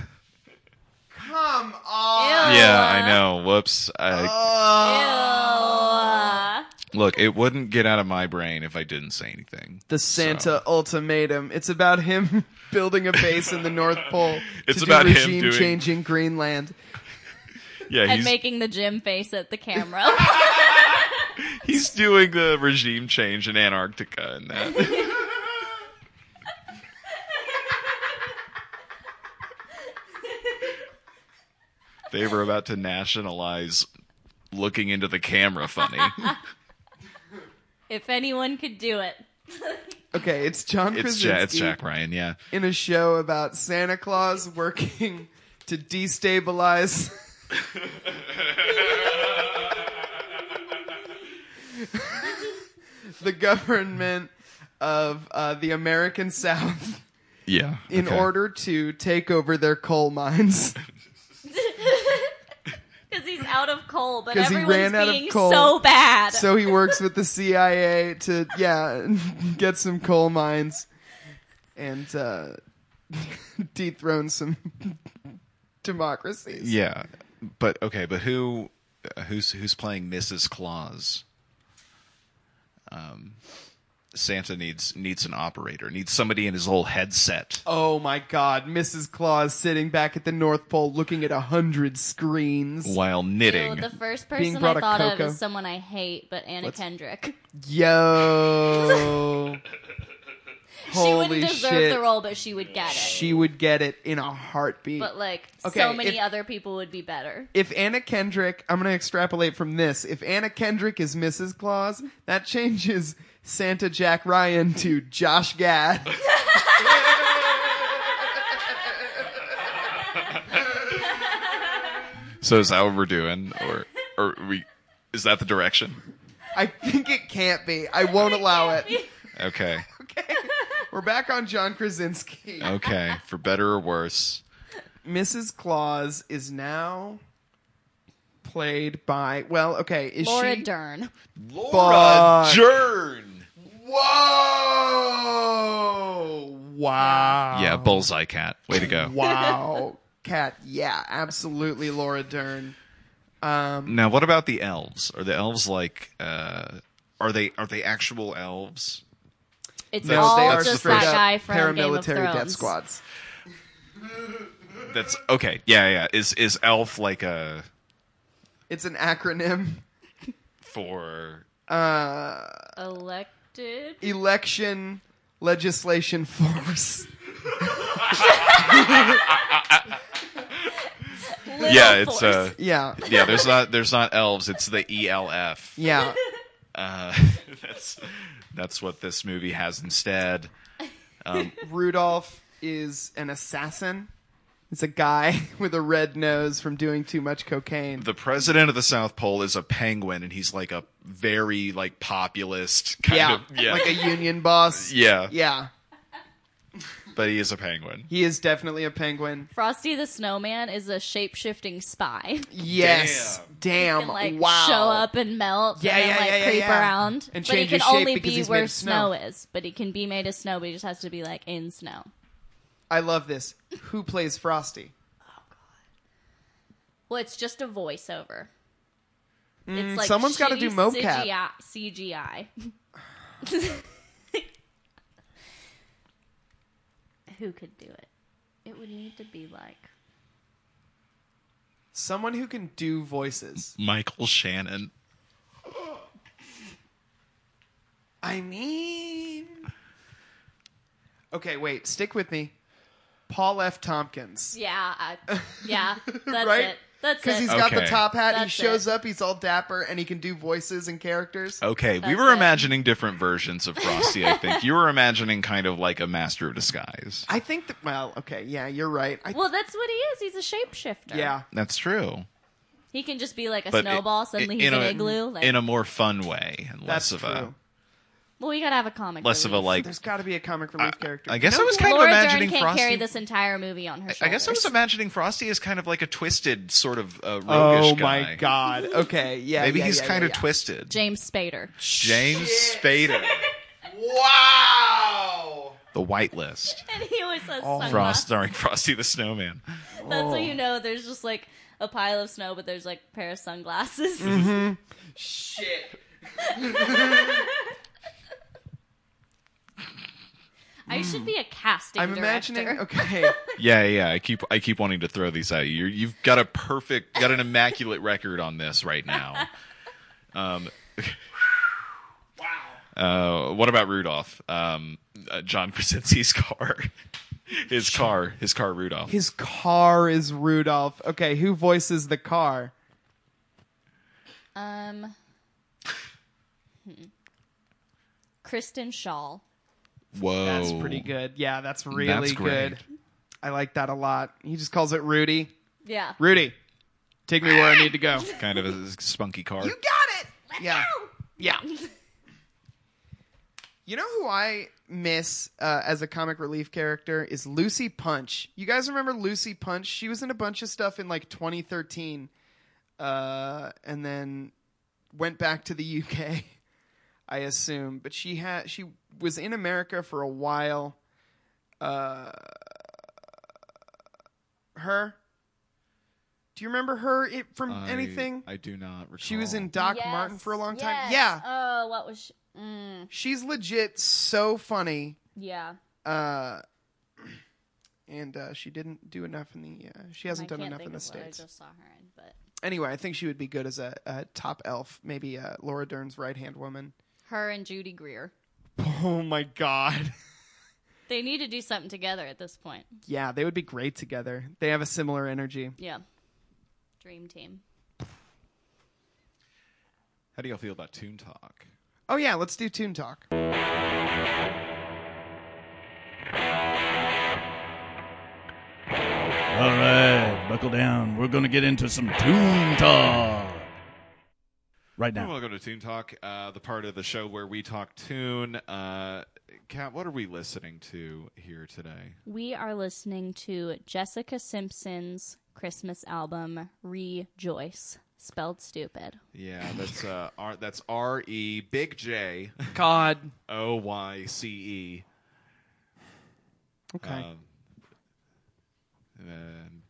come on Yeah, I know. Whoops. I, Oh. know. look, it wouldn't get out of my brain if I didn't say anything. the santa ultimatum it's about him building a base in the north pole It's to about do him regime doing- changing greenland Yeah, And he's making the Jim face at the camera. he's doing the regime change in Antarctica and that. they were about to nationalize looking into the camera funny. if anyone could do it. okay it's john It's krasinski Jack, it's Jack Ryan, yeah. in a show about santa claus working to destabilize the government of uh, the American South Yeah. in okay. order to take over their coal mines. Because he's out of coal, but 'Cause he everyone's ran out of being coal. so bad. so he works with the CIA to, yeah, get some coal mines and uh, dethrone some democracies. Yeah. But okay, but who who's who's playing Mrs. Claus? Um Santa needs needs an operator. Needs somebody in his little headset. Oh my god, Mrs. Claus sitting back at the North Pole looking at a hundred screens. while knitting. Ew, the first Being person brought I a thought of cocoa. is someone I hate, but Anna Kendrick. Yo. she Holy wouldn't deserve shit. the role, but she would get it. She would get it in a heartbeat. but like, Okay, so many if- other people would be better. if Anna Kendrick, I'm going to extrapolate from this. If Anna Kendrick is Mrs. Claus, that changes Santa Jack Ryan to Josh Gad. so is that what we're doing, or or we? Is that the direction? I think it can't be. I won't allow it. Okay, We're back on John Krasinski. okay, for better or worse. Mrs. Claus is now played by well, okay, is Laura she Dern. Laura Fuck. Dern. Whoa! Oh, Wow. Yeah, bullseye cat. Way to go. Wow. Cat, yeah, absolutely Laura Dern. Now, what about the elves? Are the elves like? Uh, are they are they actual elves? It's No, all they are just straight that up guy from Game of paramilitary Thrones. death squads. That's okay. Yeah, yeah. Is is elf like a It's an acronym. for? Elected. Election legislation force. yeah, Little it's force. uh, Yeah. yeah. There's not there's not elves. It's the E ELF. Yeah. Uh, that's that's what this movie has instead. Rudolph is an assassin. It's a guy with a red nose from doing too much cocaine. the president of the South Pole is a penguin, and he's like a very like populist kind yeah. of yeah, Like a union boss. yeah, Yeah. But he is a penguin. He is definitely a penguin. Frosty the Snowman is a shape shifting spy. Yes. Damn. can like wow. show up and melt Yeah, and then, yeah, like yeah, yeah, creep yeah. around. And but he change can his shape only because be he's made where of snow. snow. is. But he can be made of snow, but he just has to be like in snow. I love this. Who plays Frosty? Well, it's just a voiceover. It's like Mm, someone's gotta shitty do mocap. CGI. CGI. Who could do it? It would need to be like Someone who can do voices. Michael Shannon. I mean. Okay, wait. Stick with me. Paul F. Tompkins. yeah, I, yeah. That's Right? it. That's Because it. he's got the Okay. top hat, he That's shows it. up, he's all dapper, and he can do voices and characters. Okay, we That's were it. imagining different versions of Frosty, I think. you were imagining kind of like a master of disguise. I think that, well, okay, yeah, you're right. I, well, that's what he is. He's a shapeshifter. yeah. That's true. He can just be like a But it- snowball. Suddenly in he's an a- igloo. Like, in a more fun way and less That's of true. a well, we gotta have a comic. less of a relief. like There's got to be a comic relief I- character. I guess I was kind Laura of imagining Dern can't Frosty. carry this entire movie on her. Shoulders. I guess I was imagining Frosty as kind of like a twisted sort of uh, roguish Oh guy. my god. Okay, yeah. Maybe yeah, he's yeah, kind yeah, of yeah. twisted. James Spader. James Spader, Wow. the whitelist. And he always has Oh. sunglasses. Frost starring Frosty the Snowman. That's what you know. There's just like a pile of snow, but there's like a pair of sunglasses. Mm-hmm. Shit. I should be a casting I'm director. imagining. Okay. Yeah, yeah. I keep I keep wanting to throw these at you. You're, you've got a perfect, got an immaculate record on this right now. Um, wow. Uh, what about Rudolph? Um, uh, John Krasinski's car, his car, his car, Rudolph. His car is Rudolph. Okay, who voices the car? Um, hmm. Kristen Shaw. Whoa, That's pretty good. Yeah, that's really Oh. That's great. good. I like that a lot. He just calls it Rudy. Yeah. Rudy, take me where I need to go. Kind of a spunky car. got it. yeah. Yeah. You know who I miss uh, as a comic relief character is Lucy Punch. You guys remember Lucy Punch? She was in a bunch of stuff in like 2013, uh, and then went back to the UK, I assume. But she had she was in America for a while. Uh, her. Do you remember her it, from I- anything? I do not recall. She was in Doc Yes, Martin for a long time. yes. Yeah. Oh, what was she? Mm, She's legit so funny. yeah. Uh and uh, she didn't do enough in the. Uh, she hasn't I done can't enough think in the of what states. I just saw her in, but Anyway, I think she would be good as a, a top elf, maybe uh, Laura Dern's right hand woman. her and Judy Greer. Oh my god! They need to do something together at this point. yeah, they would be great together. They have a similar energy. Yeah. Dream team. How do y'all feel about Toon Talk? Oh yeah, let's do Toon Talk. All right, buckle down. We're going to get into some Toon Talk. Right now. Welcome to Toon Talk, uh, the part of the show where we talk tune. Uh, Kat, what are we listening to here today? We are listening to Jessica Simpson's Christmas album, Rejoice, spelled stupid. Yeah, that's uh, R. That's R E big J God. O Y C E. Okay. Um, uh,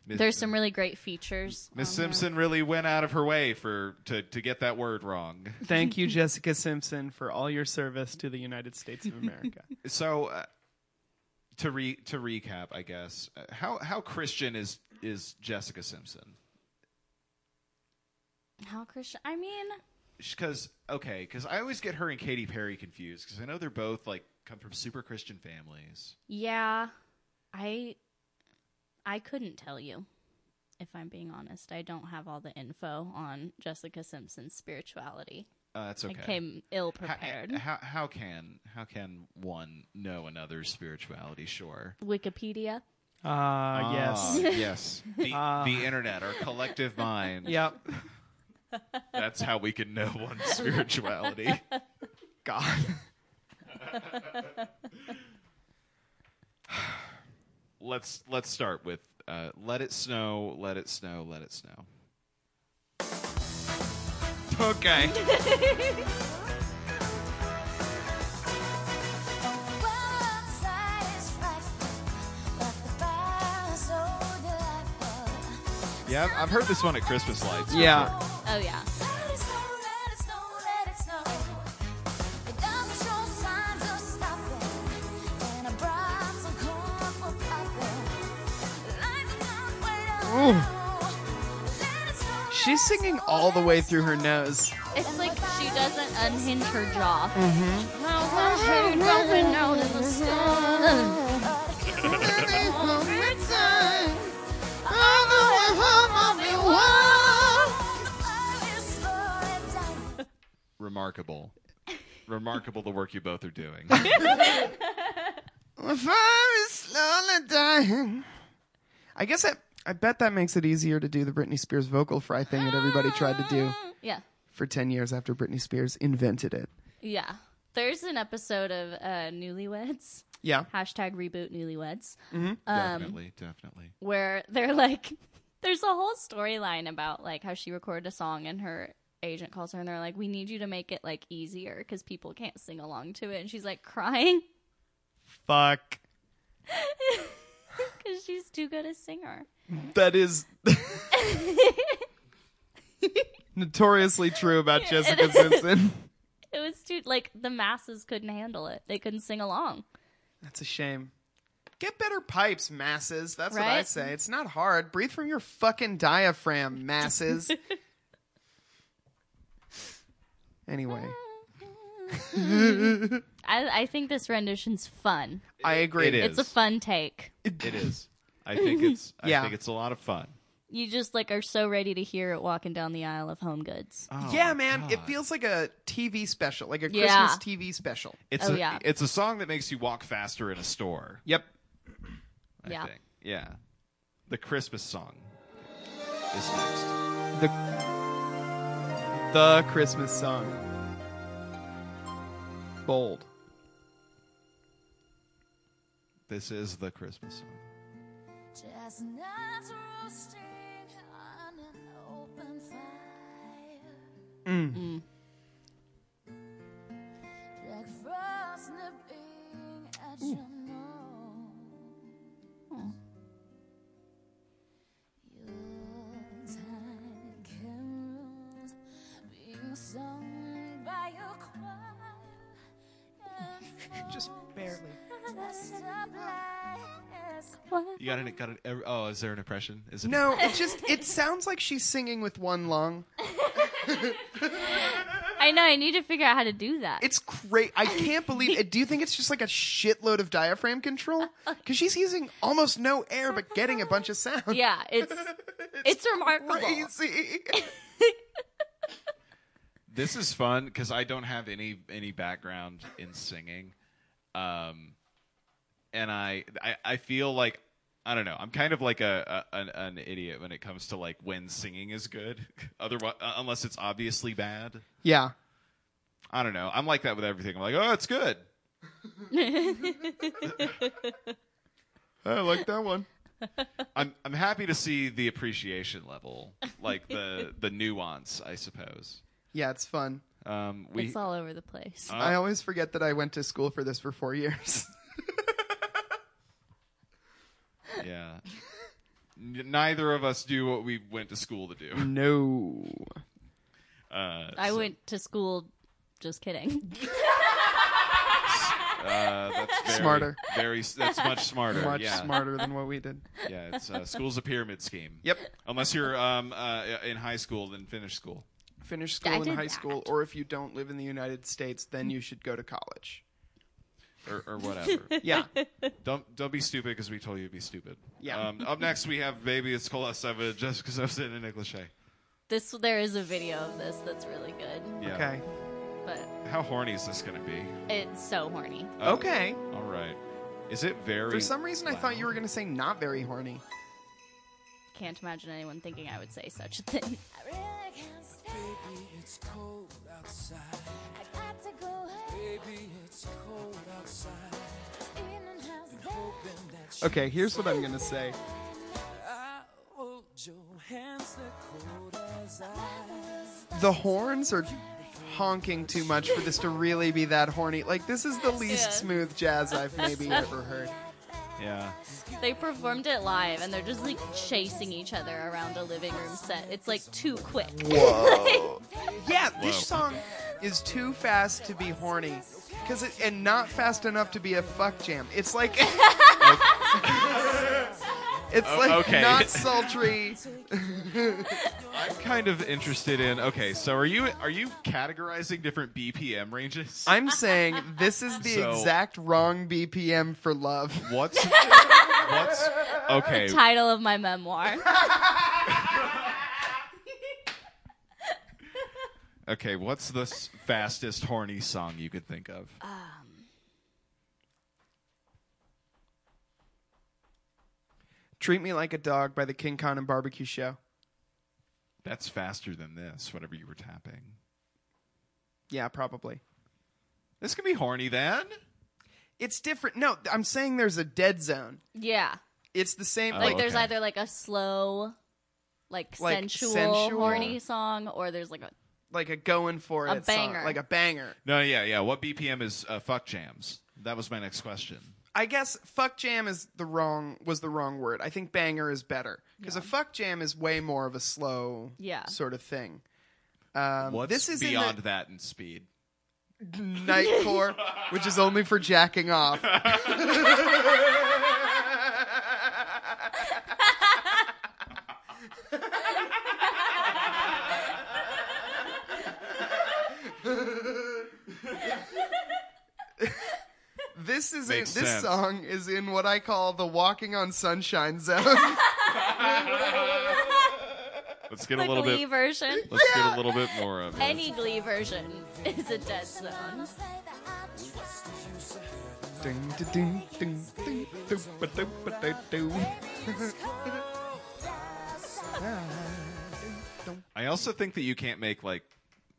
Miss- There's some really great features. Miss on there. Simpson really went out of her way for to to get that word wrong. Thank you, Jessica Simpson, for all your service to the United States of America. So uh, to re to recap, I guess uh, how how Christian is is Jessica Simpson? How Christian? I mean, because okay, because I always get her and Katy Perry confused because I know they're both like come from super Christian families. yeah, I, I couldn't tell you. If I'm being honest, I don't have all the info on Jessica Simpson's spirituality. Uh, that's okay. I came ill Ho- prepared. How, how can how can one know another's spirituality? Sure. Wikipedia. Ah, Ah, Uh, yes. yes. The, Ah. the internet, our collective mind. Yep. That's how we can know one's spirituality. God. let's let's start with uh, let it snow, let it snow, let it snow. Okay. Yeah, I've, I've heard this one at Christmas lights. Yeah. Oh yeah. She's singing all the way through her nose. It's like she doesn't unhinge her jaw. Mm-hmm. All remarkable. Remarkable the work you both are doing. My fire is slowly dying. I guess I, I bet that makes it easier to do the Britney Spears vocal fry thing that everybody tried to do Yeah. for 10 years after Britney Spears invented it. Yeah. There's an episode of uh, Newlyweds, Yeah. hashtag reboot Newlyweds, definitely, definitely. where they're like, there's a whole storyline about like how she recorded a song and her agent calls her and they're like, we need you to make it like easier because people can't sing along to it. And she's like crying Fuck. because she's too good a singer. That is notoriously true about Jessica Simpson. It was too, like, the masses couldn't handle it. They couldn't sing along. That's a shame. Get better pipes, masses. That's what I Right? say. It's not hard. Breathe from your fucking diaphragm, masses. anyway, I, I think this rendition's fun. I agree. It is. It's a fun take. It is. I think it's. I Yeah. think it's a lot of fun. You just like are so ready to hear it walking down the aisle of Home Goods. Oh, yeah, man. It feels like a TV special, like a Yeah. Christmas TV special. It's Oh, a. yeah. It's a song that makes you walk faster in a store. Yep. I Yeah. think. Yeah. The Christmas song is next. The the Christmas song. Bold. This is the Christmas song. Chestnuts roasting on an open fire. Jack Frost nipping at your nose. Yuletide carols being sung by your choir. And Just barely. dressed up like a You got an got an every- oh, is there an impression? Is it No, it just it sounds like she's singing with one lung. I know. I need to figure out how to do that. It's great. I can't believe it. Do you think it's just like a shitload of diaphragm control? Because she's using almost no air but getting a bunch of sound. yeah, it's it's, remarkable. Crazy. This is fun because I don't have any any background in singing, um, and I, I I feel like I don't know. I'm kind of like a, a an, an idiot when it comes to like when singing is good, otherwise uh, unless it's obviously bad. yeah. I don't know. I'm like that with everything. I'm like, oh, it's good. I like that one. I'm I'm happy to see the appreciation level, like the the nuance, I suppose. Yeah, it's fun. Um, we it's all over the place. Uh, I always forget that I went to school for this for four years. yeah. N- Neither of us do what we went to school to do. no. Uh, I so, went to school. Just kidding. uh, that's very, Smarter. Very. s- That's much smarter. Much yeah. smarter than what we did. Yeah. It's uh, school's a pyramid scheme. Yep. Unless you're um uh, in high school, then finish school. Finish I school in did high school, that. or if you don't live in the United States, then you should go to college. Or, or whatever. Yeah. don't don't be stupid because we told you to be stupid. Yeah. Um, up next we have Baby It's Cold Outside with Jessica Simpson and Nick Lachey. This there is a video of this that's really good, Yeah. Okay. but How horny is this gonna be? it's so horny. Uh, Okay. All right. Is it very? For some reason, I thought you were going to say not very horny. Can't imagine anyone thinking I would say such a thing. I really can't stand. Baby, it's cold outside. I got to go home. Baby, it's cold outside. This evening has been Hoping that you Okay, here's what I'm going to say. I hold your hands that cold as ice. The horns are honking too much for this to really be that horny. Like, this is the least Yeah. smooth jazz I've maybe ever heard. Yeah. They performed it live and they're just like chasing each other around a living room set. It's like too quick. Yeah, this song is too fast to be horny. Cause it, and not fast enough to be a fuck jam. It's like it's like okay. not sultry. I'm kind of interested in. Okay, so are you are you categorizing different BPM ranges? I'm saying this is the So- exact wrong BPM for love. What's what's okay? Title of my memoir. Okay, what's the s- fastest horny song you could think of? Treat Me Like a Dog by the King Khan and Barbecue Show. That's faster than this, whatever you were tapping. Yeah, probably. This can be horny then. It's different. No, I'm saying there's a dead zone. Yeah. It's the same. Oh, Like there's okay. either like a slow, like, Like, sensual, sensual? horny song, or there's like a like a going for A it song, banger. like a banger. No, yeah, yeah. What BPM is uh, fuck jams? That was my next question. I guess fuck jam is the wrong was the wrong word. I think banger is better because a fuck jam is way more of a slow Yeah. sort of thing. Um, What's this is beyond that in speed? in the nightcore, which is only for jacking off. This is in, this Makes sense. song is in what I call the walking on sunshine zone. Let's get the a little Glee bit. version. Let's get a little bit more of it. Any Glee version is a dead zone. Ding, ding, ding, ding, ding, ding, ba, ding, ba, ding, ding. I also think that you can't make like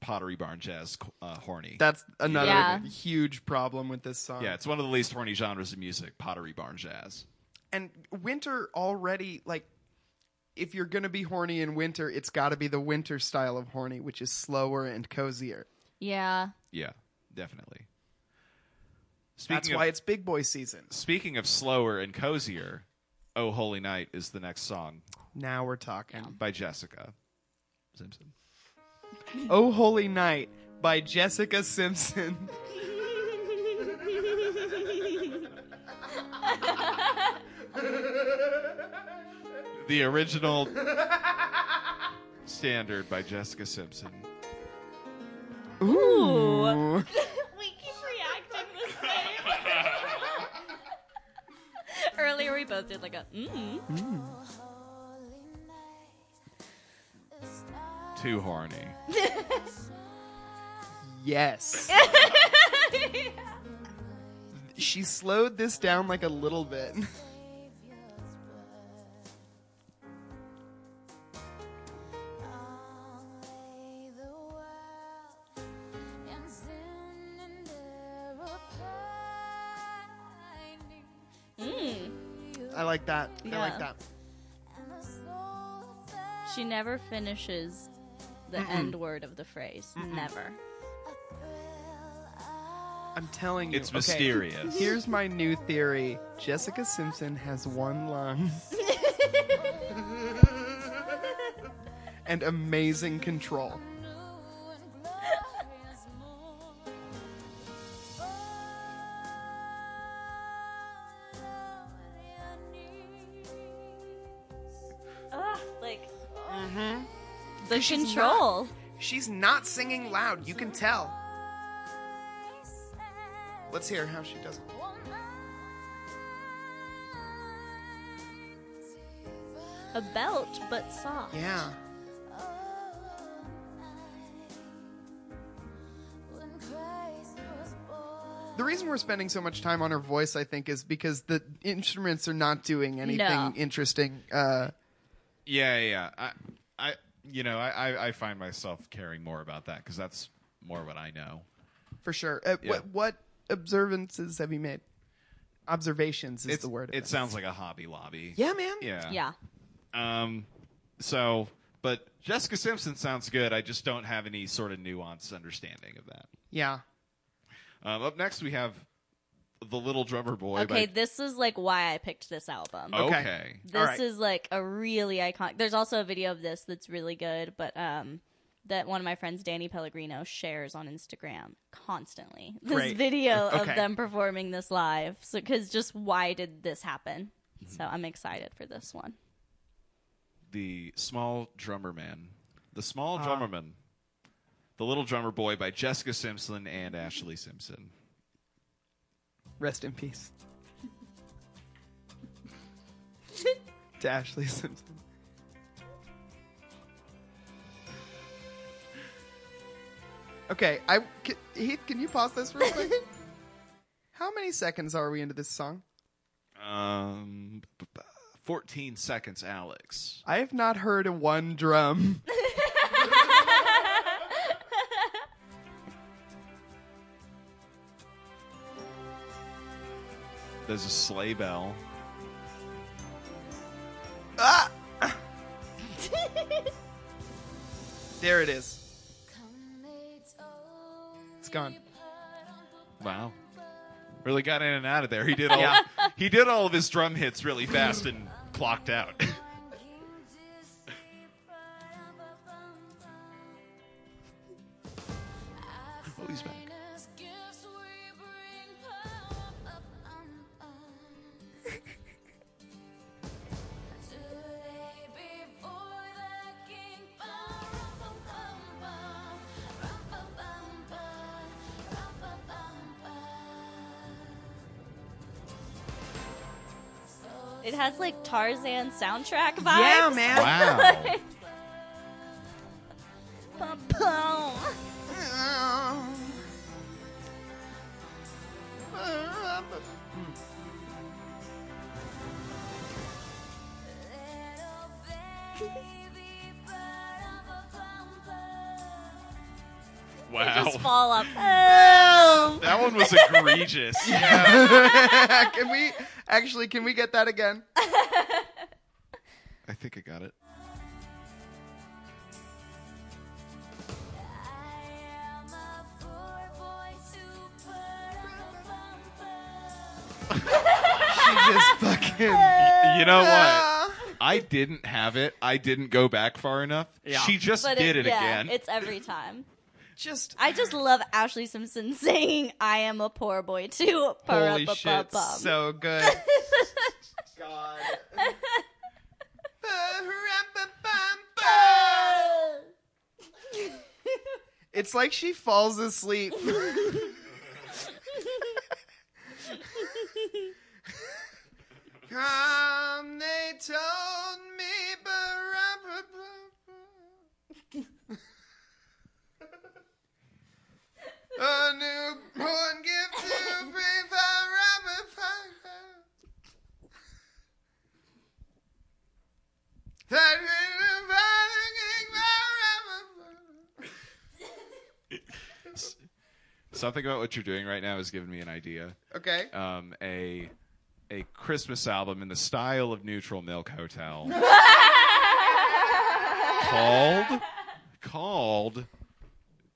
Pottery Barn jazz uh, horny. That's another Yeah. huge problem with this song. yeah, it's one of the least horny genres of music. Pottery Barn jazz. and winter already like if you're gonna be horny in winter, it's got to be the winter style of horny, which is slower and cozier. Yeah. Yeah, definitely. Speaking That's of, why it's big boy season. speaking of slower and cozier, "Oh Holy Night" is the next song Now we're talking. by Jessica Simpson. Oh Holy Night by Jessica Simpson. The original standard by Jessica Simpson. Ooh. We keep reacting the same. Earlier, we both did like a mm. Too horny. Yes. she slowed this down like a little bit. Mm. I like that. I like Yeah. that. She never finishes the end word of the phrase. Never. I'm telling you. It's Okay, mysterious. Here's my new theory. Jessica Simpson has one lung. and amazing control. Ugh, like oh. Mm-hmm. the control. She's not singing loud, you can tell. Let's hear how she does it. A belt, but soft. Yeah. The reason we're spending so much time on her voice, I think, is because the instruments are not doing anything No. interesting. Uh, Yeah, yeah. yeah. I, I, you know, I, I, I find myself caring more about that because that's more what I know. for sure. Uh, Yeah. What what observances have you made? Observations is it's the word. It sounds like a Hobby Lobby. Yeah, man. Yeah. Yeah. Um, so, but Jessica Simpson sounds good. I just don't have any sort of nuanced understanding of that. Yeah. Um, up next, we have the Little Drummer Boy. Okay, By- this is like why I picked this album. okay. This Oh, right. is like a really iconic. There's also a video of this that's really good, but um, that one of my friends, Danny Pellegrino, shares on Instagram constantly. This Great. video Okay. of them performing this live. So, because just why did this happen? Hmm. So I'm excited for this one. The Small Drummer Man. The Small Drummer Man. The Little Drummer Boy by Jessica Simpson and Ashley Simpson. Rest in peace. to Ashley Simpson. Okay, I can, Heath, can you pause this real quick? How many seconds are we into this song? Um, b- b- 14 seconds, Alex. I have not heard a one drum. There's a sleigh bell. ah! there it is. It's gone. Wow. Really got in and out of there. He did all he did all of his drum hits really fast and clocked out. Oh, he's back. It has like Tarzan soundtrack vibes. Yeah, man. Wow. Bum, bum. They Wow. just fall off. Oh. That one was egregious. Yeah. can we actually? Can we get that again? I think I got it. She just fucking. You know what? I didn't have it. I didn't go back far enough. Yeah. She just But did it, yeah, again. It's every time. Just I just love Ashley Simpson singing "I am a poor boy too." holy shit, Ba-ra-ba-ba-bum. so good. God. It's like she falls asleep. Come, they told me, but a newborn gift to bring the that will divide the kingdom. Something about what you're doing right now is giving me an idea. Okay. Um, a a Christmas album in the style of Neutral Milk Hotel called called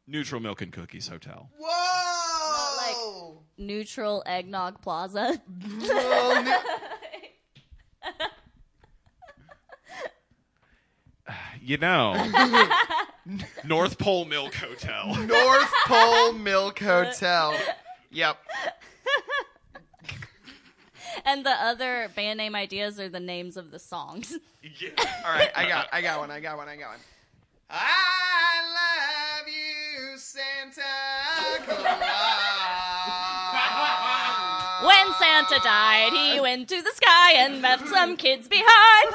Neutral Milk and Cookies Hotel. Whoa! Neutral eggnog plaza. Well, no- You know, North Pole Milk Hotel. North Pole Milk Hotel. Yep. And the other band name ideas are the names of the songs. Yeah. All right, I got I got one. I got one. I got one. I love you, Santa Claus. When Santa died, he went to the sky and left some kids behind.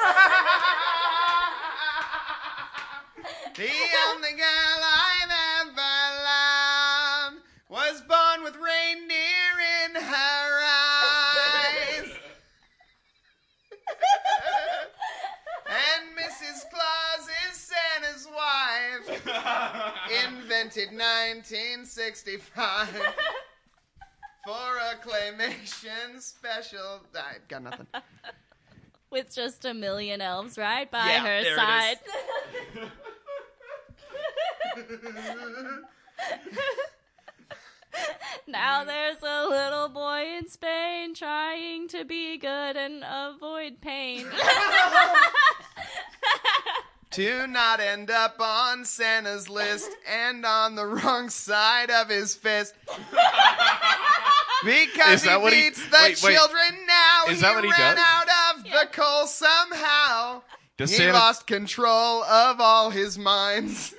The only girl I've ever loved was born with reindeer in her eyes. and Mrs. Claus is Santa's wife. Invented 1965 for a claymation special. I got nothing. With just a million elves right by Yeah, her there it side. now there's a little boy in Spain trying to be good and avoid pain. to not end up on Santa's list and on the wrong side of his fist. Because Is that he what he- beats the wait, wait. children now. Is he that what he ran does? out of the coal somehow. Does he Santa- lost control of all his minds.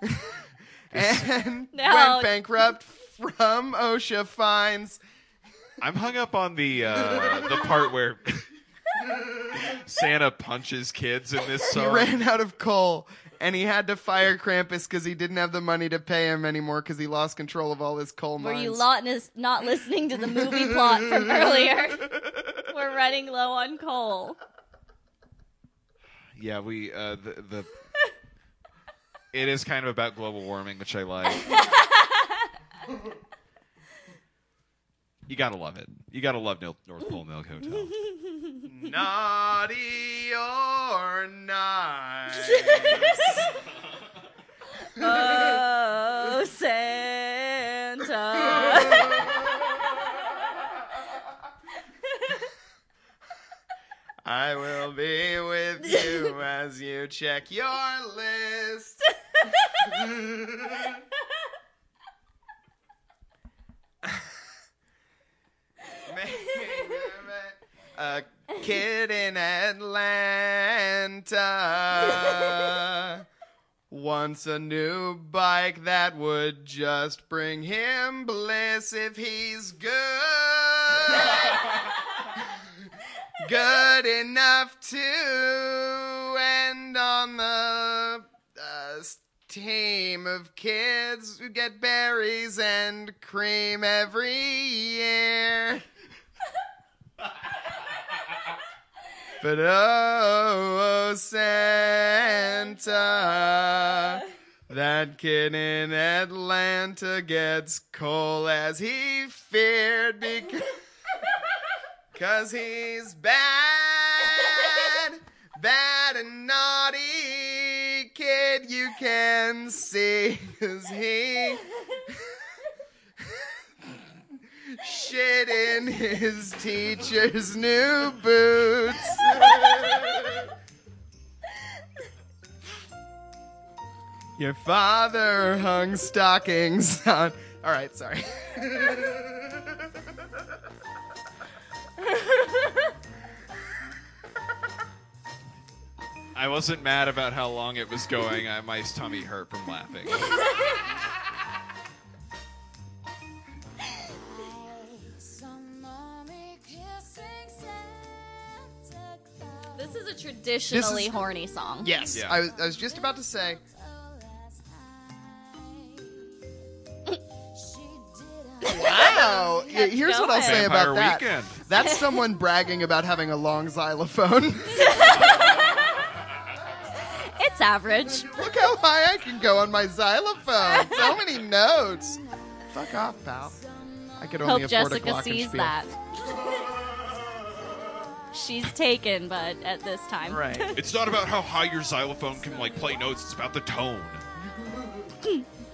and No. went bankrupt from OSHA fines. I'm hung up on the uh, the part where Santa punches kids in this He song. ran out of coal and he had to fire Krampus because he didn't have the money to pay him anymore because he lost control of all his coal Were mines. you lot nis- not listening to the movie plot from earlier? We're running low on coal. Yeah, we uh, the the. it is kind of about global warming, which I like. you gotta love it. You gotta love Nil- North Pole Milk Hotel. Naughty or not? Oh, Santa. I will be with you as you check your list. A kid in Atlanta wants a new bike that would just bring him bliss if he's good good enough to end on the uh, s- team of kids who get berries and cream every year. but oh, oh, Santa. That kid in Atlanta gets coal as he feared because. Cause he's bad, bad and naughty kid you can see. Cause he shit in his teacher's new boots. Your father hung stockings on. All right, sorry. I wasn't mad about how long it was going. I, my tummy hurt from laughing. Some mommy kissing Santa Claus. This is a traditionally horny song. Yes, Yeah. I, was, I was just about to say. Oh, Wow. Yeah, Here's what I'll say Vampire about that. Weekend. That's someone bragging about having a long xylophone. It's average. Look how high I can go on my xylophone. So many notes. Fuck off, pal. I could only Hope afford a Jessica Glockenspiel. sees that. She's taken, but at this time. Right. It's not about how high your xylophone can like play notes. It's about the tone.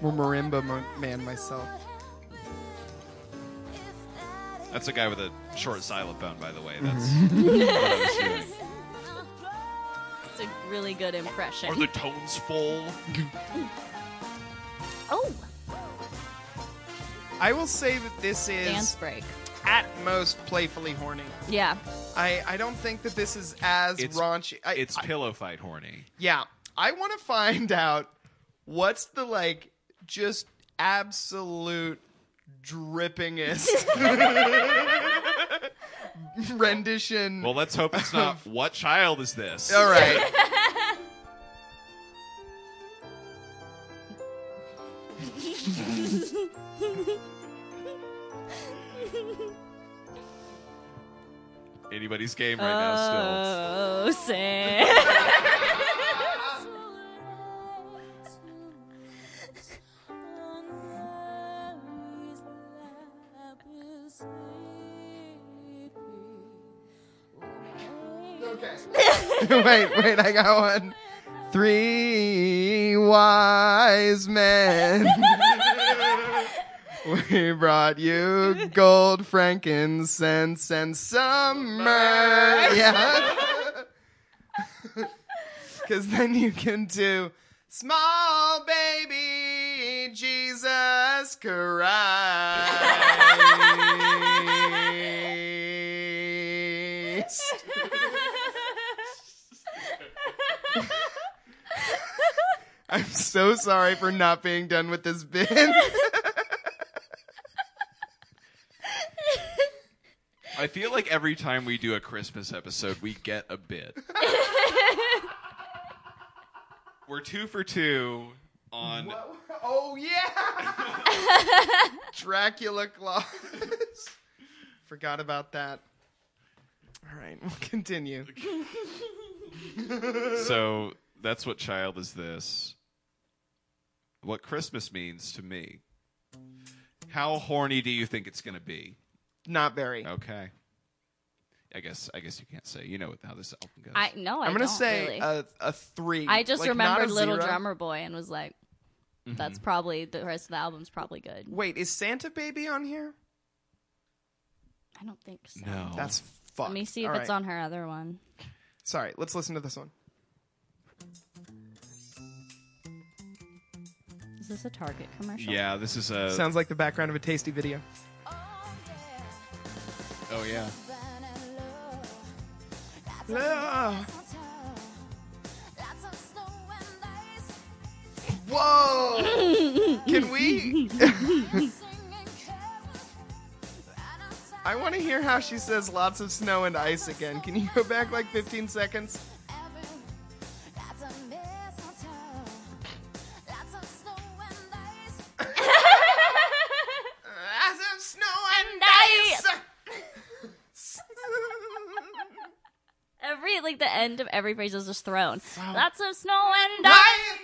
We're marimba mo- man myself. That's a guy with a short xylophone, by the way. That's what I was doing. It's a really good impression. Are the tones full? oh, I will say that this is dance break. at most playfully horny. Yeah. I, I don't think that this is as It's- raunchy. I, It's I- pillow fight horny. Yeah. I want to find out what's the like just absolute drippingest rendition. Well, let's hope it's not. what child is this? All right. Anybody's game right now. Still. Oh, Santa. Okay. wait, wait, I got one. Three wise men. we brought you gold, frankincense, and summer. Yeah. Because then you can do small baby Jesus Christ. I'm so sorry for not being done with this bit. I feel like every time we do a Christmas episode, we get a bit. We're two for two on Oh yeah, Dracula claws. Forgot about that. All right, we'll continue. So that's what child is this. What Christmas means to me. How horny do you think it's going to be? Not very. Okay. I guess I guess you can't say. You know how this album goes. I no, I I'm gonna don't say really. a, a three. I just Like, not remembered a Little zero. Mm-hmm. Drummer Boy and was like, that's probably the rest of the album's probably good. Wait, is Santa Baby on here? I don't think so. no. That's fucked. Let me see if All it's right. on her other one. Sorry, let's listen to this one. Is this a Target commercial? yeah, this is a Sounds like the background of a tasty video. Oh yeah. Ah. Whoa! Whoa! Can we? I want to hear how she says lots of snow and ice again. Can you go back like 15 seconds? Lots of snow and ice! Every like the end of every phrase is just thrown. Lots of snow and ice. Ryan!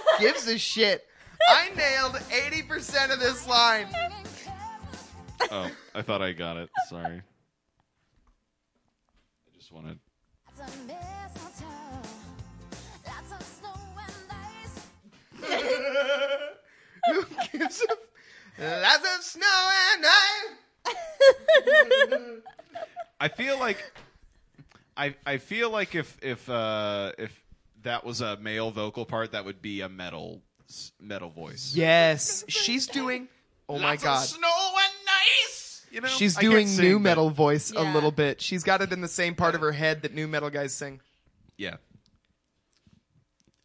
Who gives a shit? I nailed 80% of this line. Oh, I thought I got it. Sorry. I just wanted Who gives a. Lots of snow and ice! I feel like I I feel like if if uh if that was a male vocal part that would be a metal s- metal voice. Yes, she's doing. Oh my Lots of god. snow and ice. You know, She's I can't doing sing, new but- metal voice a Yeah. little bit. She's got it in the same part of her head that new metal guys sing. Yeah.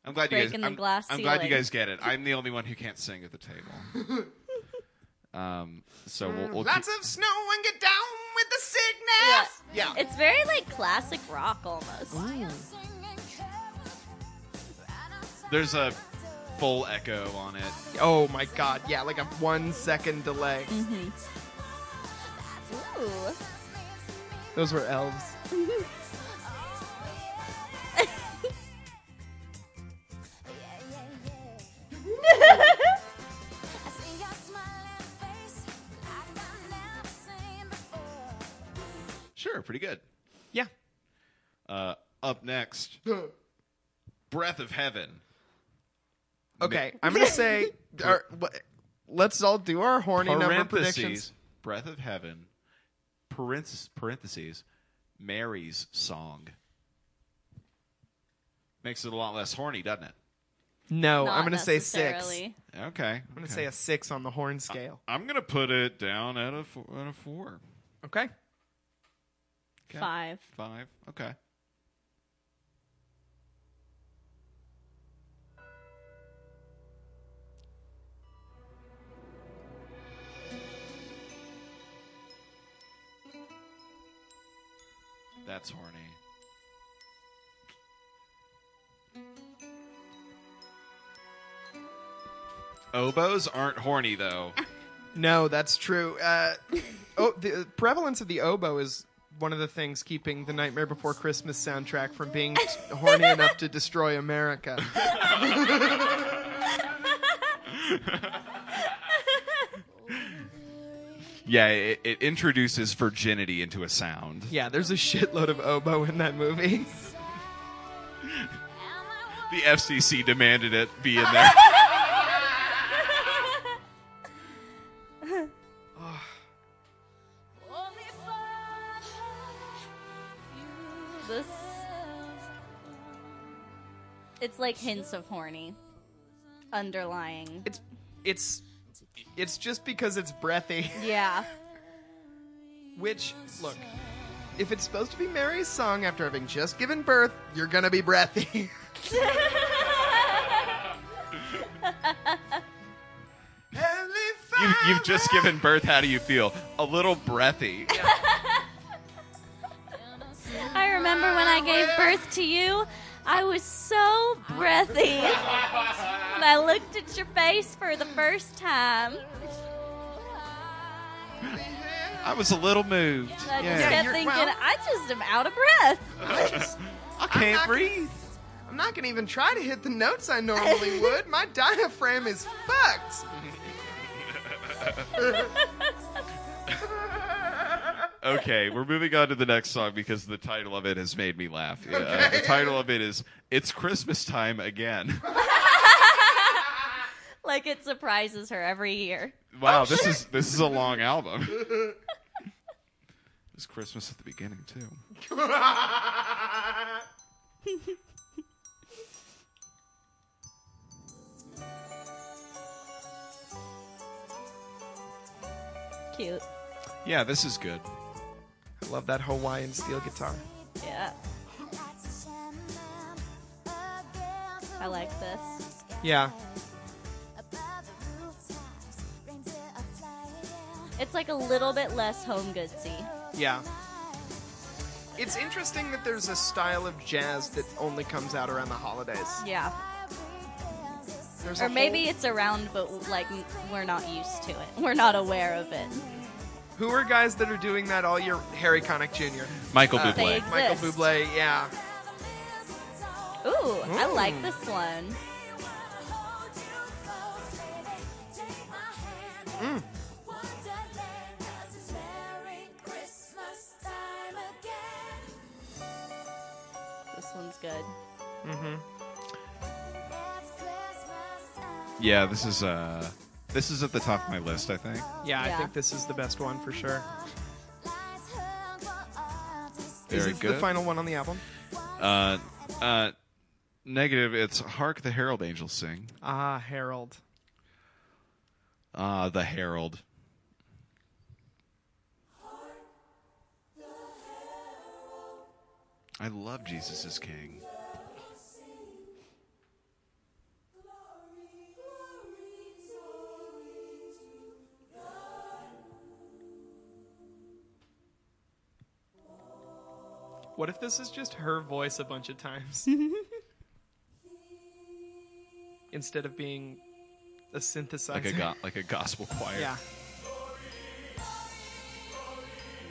I'm glad you guys. Breaking the I'm, glass I'm glad you ceiling. guys get it. I'm the only one who can't sing at the table. um. So we'll. we'll keep- of snow and get down with the sickness. Yeah. It's very like classic rock almost. there's a full echo on it. Oh my god. Yeah, like a one second delay. Ooh. Those were elves. Sure, pretty good. Yeah. Uh, up next, Breath of Heaven. Okay, I'm gonna say. our- wh- let's all do our horny number predictions. Parentheses. Breath of Heaven. Parentheses, parentheses. Mary's song. Makes it a lot less horny, doesn't it? No, Not Oh, I'm gonna say six. I'm necessarily. Okay. I'm gonna say a six on the horn scale. I'm gonna put it down at a four, at a four, Okay. Okay. Five. five. Okay. That's horny. Oboes aren't horny though. No, that's true. Uh, oh, the prevalence of the oboe is one of the things keeping the Nightmare Before Christmas soundtrack from being horny enough to destroy America. Yeah, it, it introduces virginity into a sound. Yeah, there's a shitload of oboe in that movie. The FCC demanded it be in there. This. It's like hints of horny, underlying. It's it's it's just because it's breathy. Yeah. Which look, if it's supposed to be Mary's song after having just given birth, you're gonna be breathy. Heavenly you, Father. you've just given birth. How do you feel? A little breathy. I gave birth to you, I was so breathy. and I looked at your face for the first time. I was a little moved. And I just Yeah. kept you're- thinking, well- I just am out of breath. I I'm not can't gonna- breathe. I'm not gonna even try to hit the notes I normally would. My diaphragm is fucked. Okay, we're moving on to the next song because the title of it has made me laugh. Yeah, uh, the title of it is "It's Christmas Time Again." Like it surprises her every year. Wow, this is this is a long album. it was Christmas at the beginning too. Cute. Yeah, this is good. I love that Hawaiian steel guitar. Yeah. I like this. Yeah. It's like a little bit less home goodsy. Yeah. It's interesting that there's a style of jazz that only comes out around the holidays. Yeah. There's a Or maybe whole- it's around, but like n- we're not used to it. We're not aware of it. who are guys that are doing that all year? Harry Connick Jr., Michael Uh, Bublé. Thanks. Michael Exist. Bublé. Yeah. Ooh, I Ooh. like this one. Mm. This one's good. Yeah, this is uh this is at the top of my list, I think. Yeah, I Yeah. think this is the best one for sure. is Very it good. the final one on the album? Uh uh negative it's Hark the Herald Angels Sing. Ah, Harold. Ah, the Herald. I love Jesus is King. What if this is just her voice a bunch of times? Instead of being a synthesizer. Like a go- like a gospel choir. Yeah.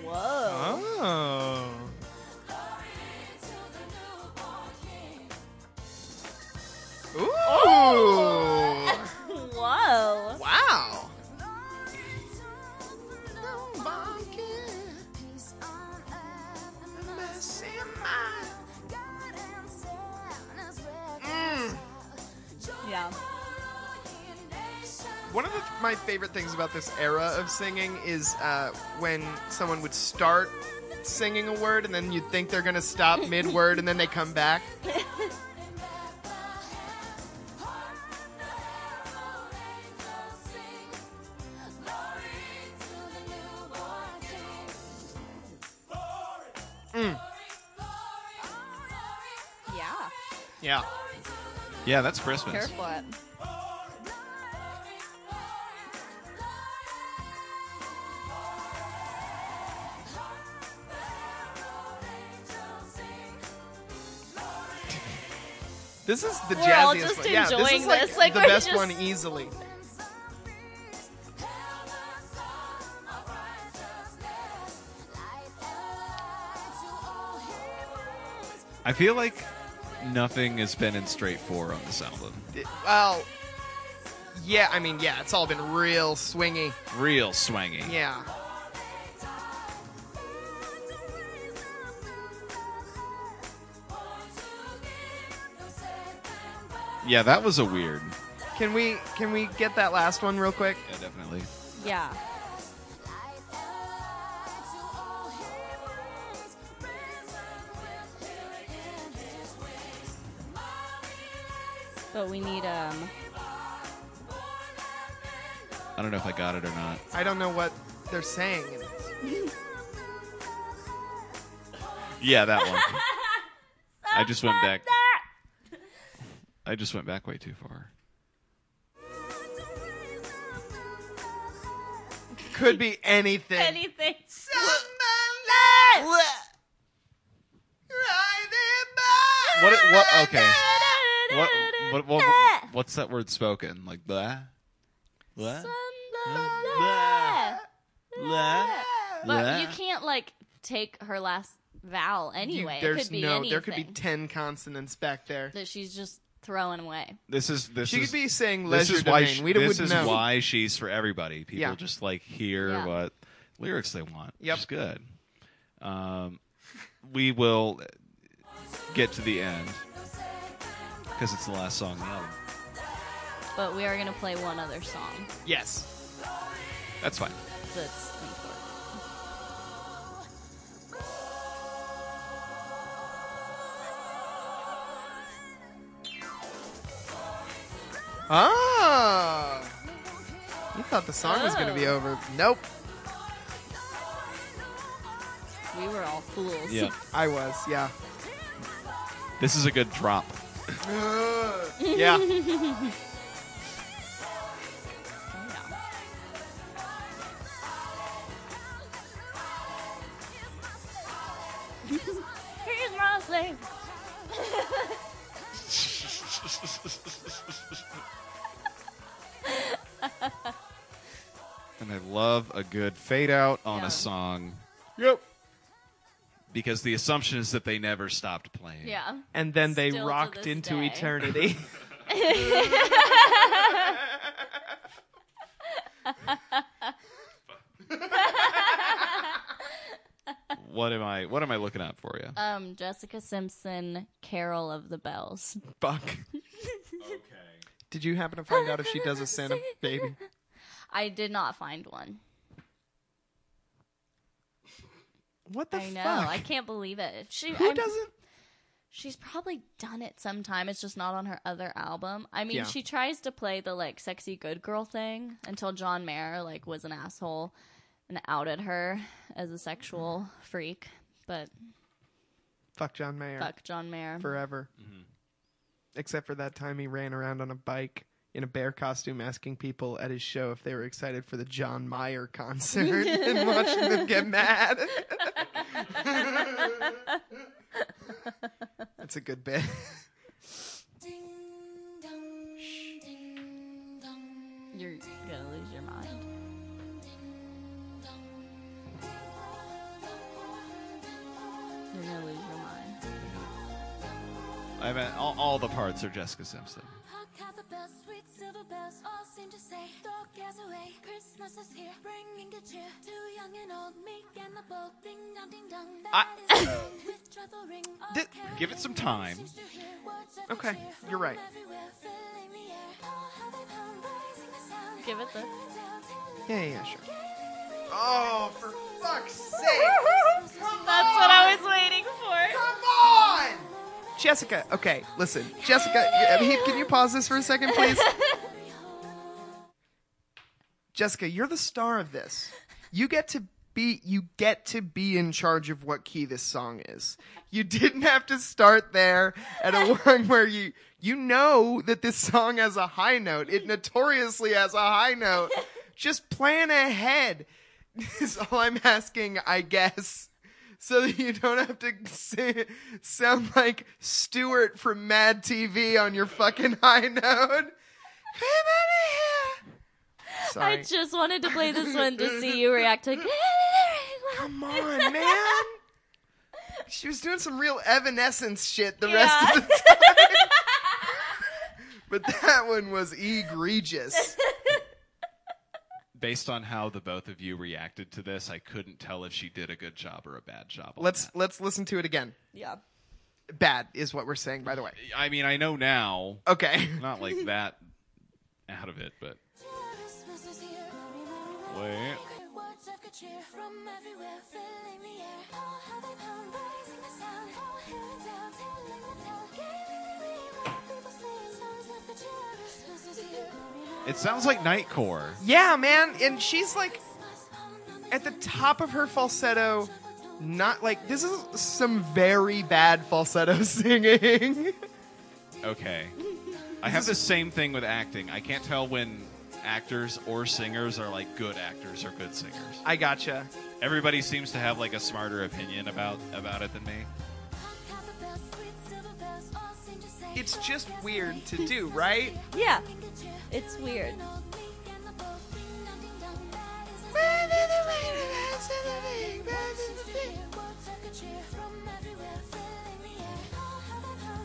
Whoa. Oh. Ooh. Oh! Whoa. Wow. Yeah. One of the, my favorite things about this era of singing is uh, when someone would start singing a word and then you'd think they're going to stop mid word and then they come back. Yeah. Yeah. Yeah, that's Christmas. Care for it. This is the We're all jazziest just one. Yeah, this is enjoying like, this, like, the we're best just- one easily. I feel like nothing has been in straight four on this album. It- Well, yeah, I mean, yeah, it's all been real swingy. Real swangy. Yeah. Yeah, that was a weird. Can we can we get that last one real quick? Yeah, definitely. Yeah. But we need um I don't know if I got it or not. I don't know what they're saying. in it. Yeah, that one. I just went back. I just went back way too far. Could be anything. anything. Somebody- Riding what? it- What? Okay. What? What? what, what's that word spoken? Like blah. Blah. Blah. Blah. But you can't like take her last vowel anyway. You- there's it could be no. anything There could be ten consonants back there. that she's just throwing away. This is this She is could be saying this leisure is why domain. sh- we this wouldn't is know. why she's for everybody. People Yeah. just like hear Yeah. what lyrics they want. Yep. It's good. Um, we will get to the end because it's the last song on the album. But we are gonna play one other song Yes. That's fine. that's important. Ah. You thought the song was going to be Oh. over. Nope. We were all fools. Yeah. I was. Yeah. this is a good drop. yeah. Yeah. Here's my slave. And I love a good fade out on Yeah. a song Yep. because the assumption is that they never stopped playing. Yeah. And then they Still to rocked this into day. eternity. What am I? What am I looking up for you? Um, Jessica Simpson, Carol of the Bells. Fuck. Did you happen to find out if she does a Santa baby? I did not find one. What the I know. fuck? I can't believe it. She Who I'm- doesn't? She's probably done it sometime. It's just not on her other album. I mean, Yeah. she tries to play the like sexy good girl thing until John Mayer like was an asshole and outed her as a sexual freak. But Fuck John Mayer fuck John Mayer. forever. Except for that time he ran around on a bike in a bear costume, asking people at his show if they were excited for the John Mayer concert, and watching them get mad. That's a good bit. You're gonna lose your mind. You're gonna lose your mind. I mean, all, all the parts are Jessica Simpson. Th- Give it some time. Okay, you're right. Oh, Give it the. Yeah, yeah, yeah, sure. Oh, for fuck's sake! That's what I was waiting for. Come on! Jessica, okay, listen. Jessica, uh, Heath, can you pause this for a second, please? Jessica, you're the star of this. You get to be you get to be in charge of what key this song is. You didn't have to start there at a one where you you know that this song has a high note. It notoriously has a high note. Just plan ahead. Is all I'm asking, I guess. So that you don't have to si- sound like Stewart from Mad TV on your fucking high note. Come out of here. Sorry. I just wanted to play this one to see you react. Like, Come on, man. She was doing some real evanescence shit the rest of the time. but that one was egregious. Based on how the both of you reacted to this, I couldn't tell if she did a good job or a bad job. on Let's that. let's listen to it again. yeah. Bad is what we're saying, by the way. I mean, I know now, Okay. not like that out of it, but wait. It sounds like Nightcore. Yeah, man. And she's like at the top of her falsetto, not like this is some very bad falsetto singing. Okay. I have the same thing with acting. I can't tell when actors or singers are like good actors or good singers. I gotcha. Everybody seems to have like a smarter opinion about about it than me. it's just weird to do, right? Yeah, it's weird.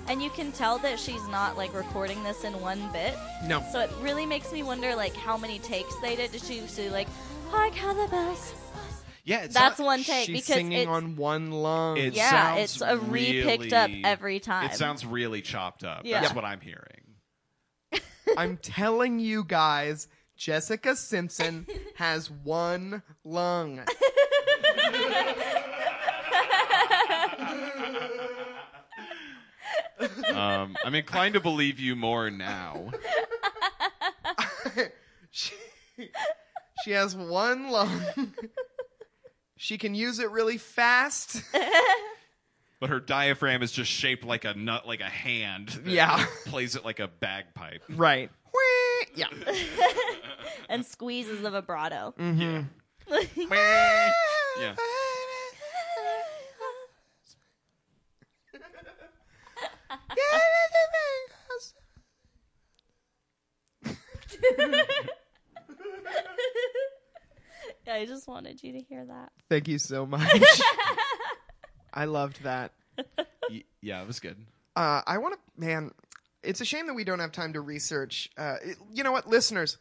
And you can tell that she's not like recording this in one bit. No. So it really makes me wonder like how many takes they did. Did she do like, hi Calabas? Yeah, it's That's not- one take She's because singing it's, on one lung. It yeah, sounds it's a re-picked really- up every time. It sounds really chopped up. Yeah. That's Yeah. what I'm hearing. I'm telling you guys, Jessica Simpson has one lung. Um, I'm inclined to believe you more now. She, she has one lung. She can use it really fast. But her diaphragm is just shaped like a nut, like a hand. that Yeah. plays it like a bagpipe. Right. Yeah. and squeezes the vibrato. Mm. Yeah. I just wanted you to hear that. Thank you so much. I loved that. Y- yeah, it was good. Uh, I want to, man. It's a shame that we don't have time to research. Uh, it- you know what, listeners,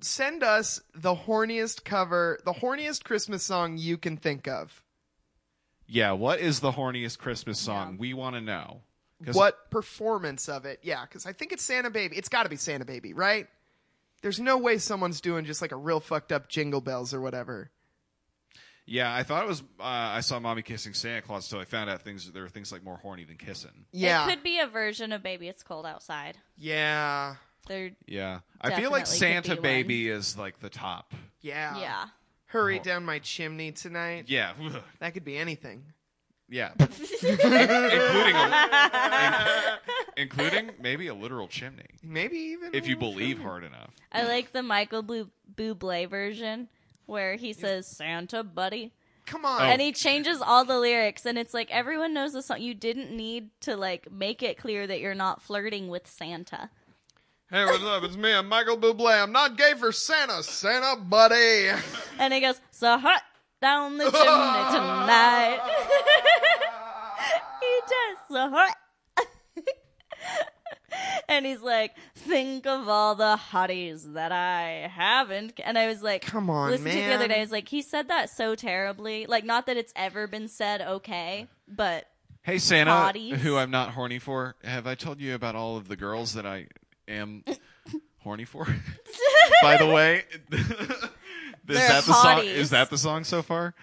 send us the horniest cover, the horniest Christmas song you can think of. Yeah, what is the horniest Christmas song? We want to know. 'Cause What performance of it? Yeah, because I think it's Santa Baby. It's got to be Santa Baby, right? There's no way someone's doing just like a real fucked up Jingle Bells or whatever. Yeah, I thought it was. Uh, I saw mommy kissing Santa Claus until I found out things. There were things like more horny than kissing. Yeah, It could be a version of Baby It's Cold Outside. yeah, They're Yeah, I feel like Definitely could Santa be Baby is like the top. Oh. yeah, yeah. Hurry down my chimney tonight. Yeah, That could be anything. yeah, including a, in- including maybe a literal chimney Maybe even if you believe hard enough. I like the Michael Bu- Bublé version where he says Santa buddy Come on, Oh. and he changes all the lyrics and it's like everyone knows the song. You didn't need to like make it clear that you're not flirting with Santa. Hey, what's up? It's me. I'm Michael Bublé. I'm not gay for Santa, Santa buddy. And he goes, so hot down the chimney tonight. he does, so hot. and he's like, think of all the hotties that I haven't. And I was like, Come on, listen to it the other man. day. I was like, he said that so terribly. Like, not that it's ever been said okay, but Hey Santa, Hotties. who I'm not horny for, have I told you about all of the girls that I am horny for? By the way, is They're that the song? hotties. Is that the song so far?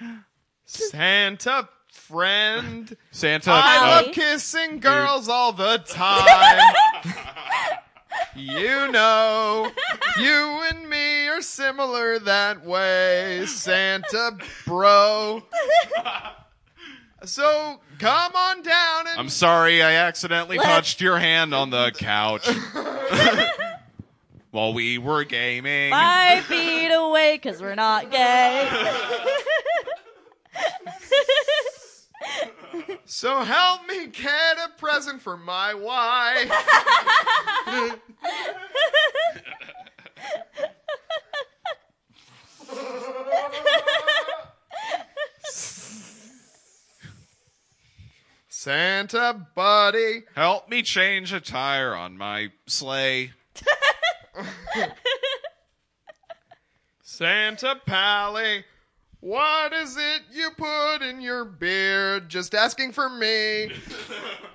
Santa friend, Santa, I uh, love kissing girls all the time. you know, you and me are similar that way, Santa bro. So come on down and I'm sorry, I accidentally Let's- touched your hand on the couch while we were gaming. five feet away because we're not gay. So help me get a present for my wife. Santa buddy. Help me change a tire on my sleigh. Santa Pally. What is it you put in your beard? Just asking for me.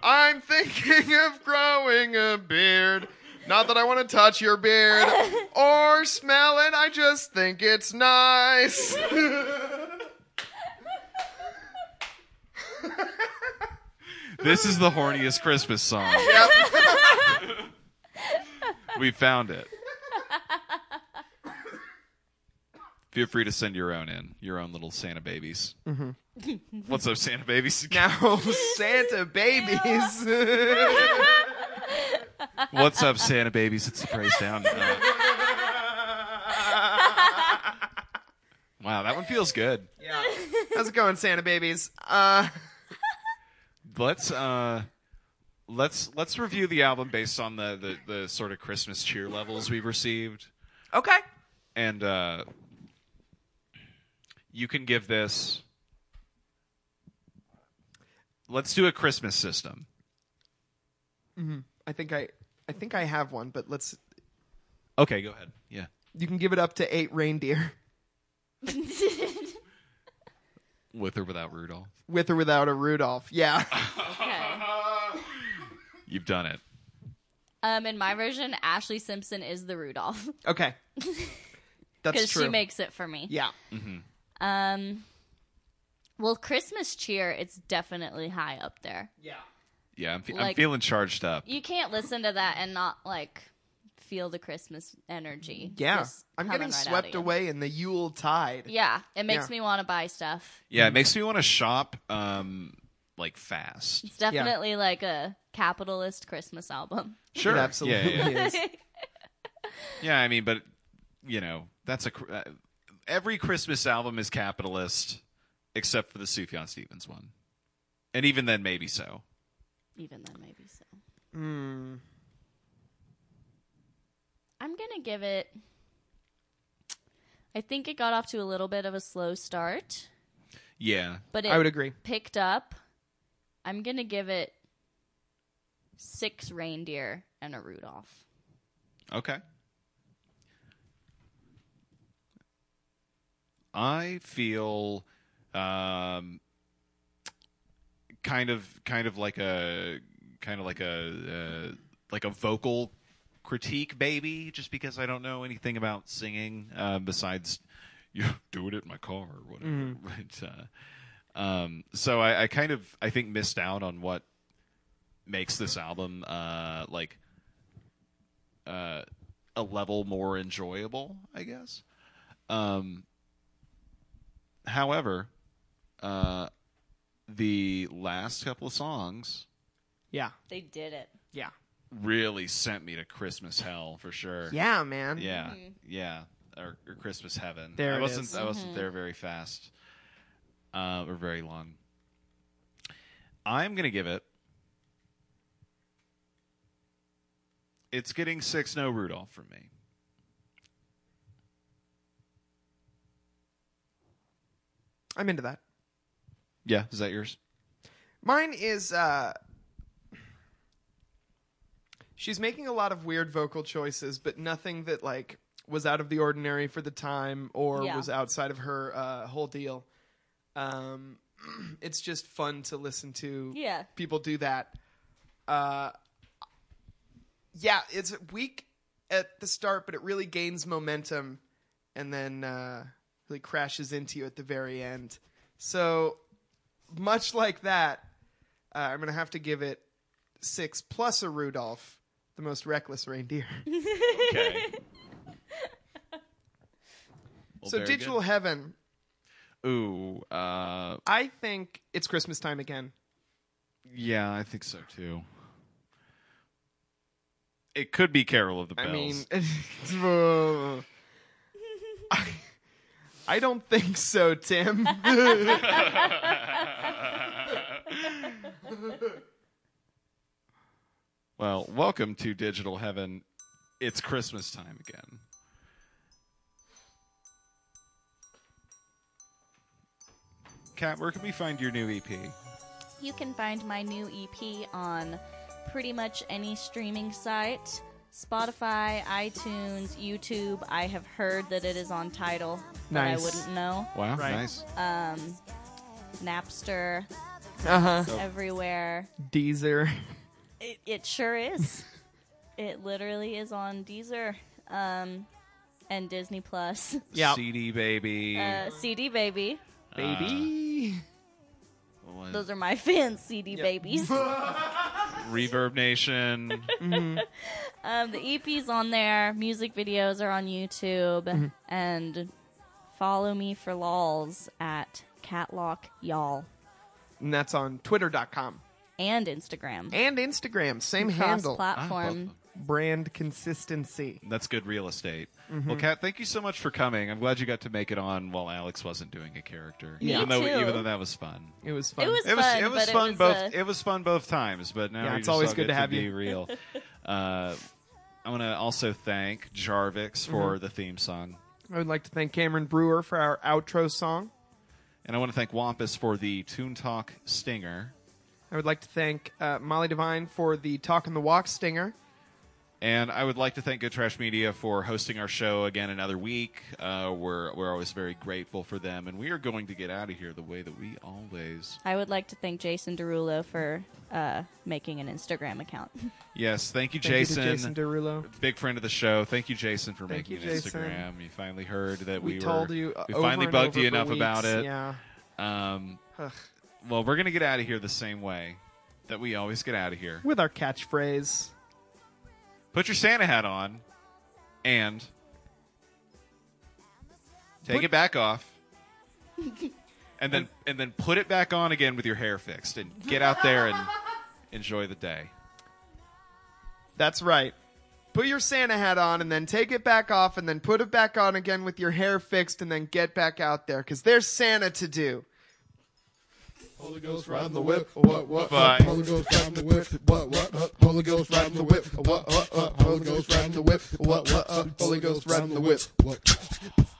I'm thinking of growing a beard. Not that I want to touch your beard or smell it, I just think it's nice. This is the horniest Christmas song. we found it. Feel free to send your own in, your own little Santa babies. What's up, Santa babies? Mm-hmm. Now, Santa babies. What's up, Santa babies? It's the praise down. Uh, wow, that one feels good. How's it going, Santa babies? Uh, Let's uh, let's let's review the album based on the the, the sort of Christmas cheer levels we've received, Okay. and uh, you can give this. Let's do a Christmas system. I think I I think I have one, but let's Okay, go ahead. Yeah. you can give it up to 8 reindeer With or without Rudolph. with or without a Rudolph. Yeah. Okay. You've done it. Um, in my version, Ashley Simpson is the Rudolph Okay. That's because true. she makes it for me. yeah. Um, well, Christmas cheer, it's definitely high up there. Yeah. Yeah, I'm, fe- I'm Like- feeling charged up. You can't listen to that and not like feel the Christmas energy. Yeah. just I'm coming getting right out of swept you. away in the Yule tide. Yeah, it makes Yeah. me want to buy stuff. Yeah, it makes me want to shop um like fast. It's definitely like a capitalist Christmas album. Sure. It Yeah, absolutely yeah, yeah. is. Yeah, I mean, but you know, that's a cr- uh, every Christmas album is capitalist except for the Sufjan Stevens one. And even then maybe so. Even then, maybe so. Hmm. I'm gonna give it. I think it got off to a little bit of a slow start, Yeah. but it I would agree. picked up. I'm gonna give it six reindeer and a Rudolph. Okay. I feel um, kind of kind of like a kind of like a uh, like a vocal critique baby just because I don't know anything about singing uh, besides you know, doing it in my car or whatever. But, uh, um, so I, I kind of I think missed out on what makes this album uh, like uh, a level more enjoyable, I guess. Um, however, uh, the last couple of songs Yeah. They did it. Yeah. really sent me to Christmas hell for sure. Yeah, man. yeah, yeah, or, or Christmas heaven. There I it wasn't. is. I wasn't there very fast, uh, or very long. I'm gonna give it. It's getting six no Rudolph from me. I'm into that. Yeah, is that yours? Mine is uh She's making a lot of weird vocal choices, but nothing that like was out of the ordinary for the time or Yeah. was outside of her uh whole deal. Um it's just fun to listen to Yeah. people do that. Uh yeah, it's weak at the start, but it really gains momentum and then uh really crashes into you at the very end. So much like that, uh, I'm going to have to give it six plus a Rudolph, the most reckless reindeer. Okay. Well, so very Digital Heaven, good. Ooh, uh, I think it's Christmas time again. yeah, I think so too. It could be Carol of the Bells. I mean, I, I don't think so, Tim. well, welcome to Digital Heaven. It's Christmas time again. Kat, where can we find your new E EP? You can find my new EP on pretty much any streaming site Spotify, iTunes, YouTube. I have heard that it is on Tidal, but I Nice. wouldn't know. Wow, Right. nice. Um, Napster, uh huh. everywhere. Deezer. It, it sure is. it literally is on Deezer um, and Disney Plus. Yeah. Uh, CD Baby. Uh, CD Baby. Baby. what- Those are my fans, CD Babies. Reverb Nation. Um, the EP's on there. Music videos are on YouTube, and follow me for lols at Catlock Y'all and that's on twitter.com and Instagram. and Instagram. Same Cross handle. platform. Ah, brand consistency. That's good real estate. Mm-hmm. Well, Kat, thank you so much for coming. I'm glad you got to make it on while Alex wasn't doing a character. Me even though too. even though that was fun. It was fun. It was, It was fun. it was but fun it was, both uh, it was fun both times, but now Yeah, you it's just always all good to get have be you. real. uh, I want to also thank Mm-hmm. Jarvix for the theme song, I would like to thank Cameron Brewer for our outro song. and I want to thank Wampus for the Toon Talk stinger, I would like to thank uh, Molly Devine for the Talk and the Walk stinger. and I would like to thank Good Trash Media for hosting our show again another week. Uh, we're we're always very grateful for them, and we are going to get out of here the way that we always I would like to thank Jason Derulo for uh, making an Instagram account. Yes, Thank thank you, you to Jason. Jason Derulo. Big friend of the show. Thank you, Jason, for Thank making you, an Jason. Instagram. You finally heard that We, we, told were. you. uh, we over finally and bugged over you for enough weeks. about it. Yeah. Um, Ugh. well, we're gonna get out of here the same way that we always get out of here. With our catchphrase. Put your Santa hat on, and take it back off, and then and then put it back on again with your hair fixed, and get out there and enjoy the day. That's right. Put your Santa hat on and then take it back off and then put it back on again with your hair fixed and then get back out there because there's Santa to do. Holy Ghost riding the whip, what, what, Bye. what? Holy Ghost riding the whip, what, what, what? Holy Ghost riding the uh, whip, what, what, what? Holy Ghost riding the whip, what, what, what? Holy Ghost riding the whip, what?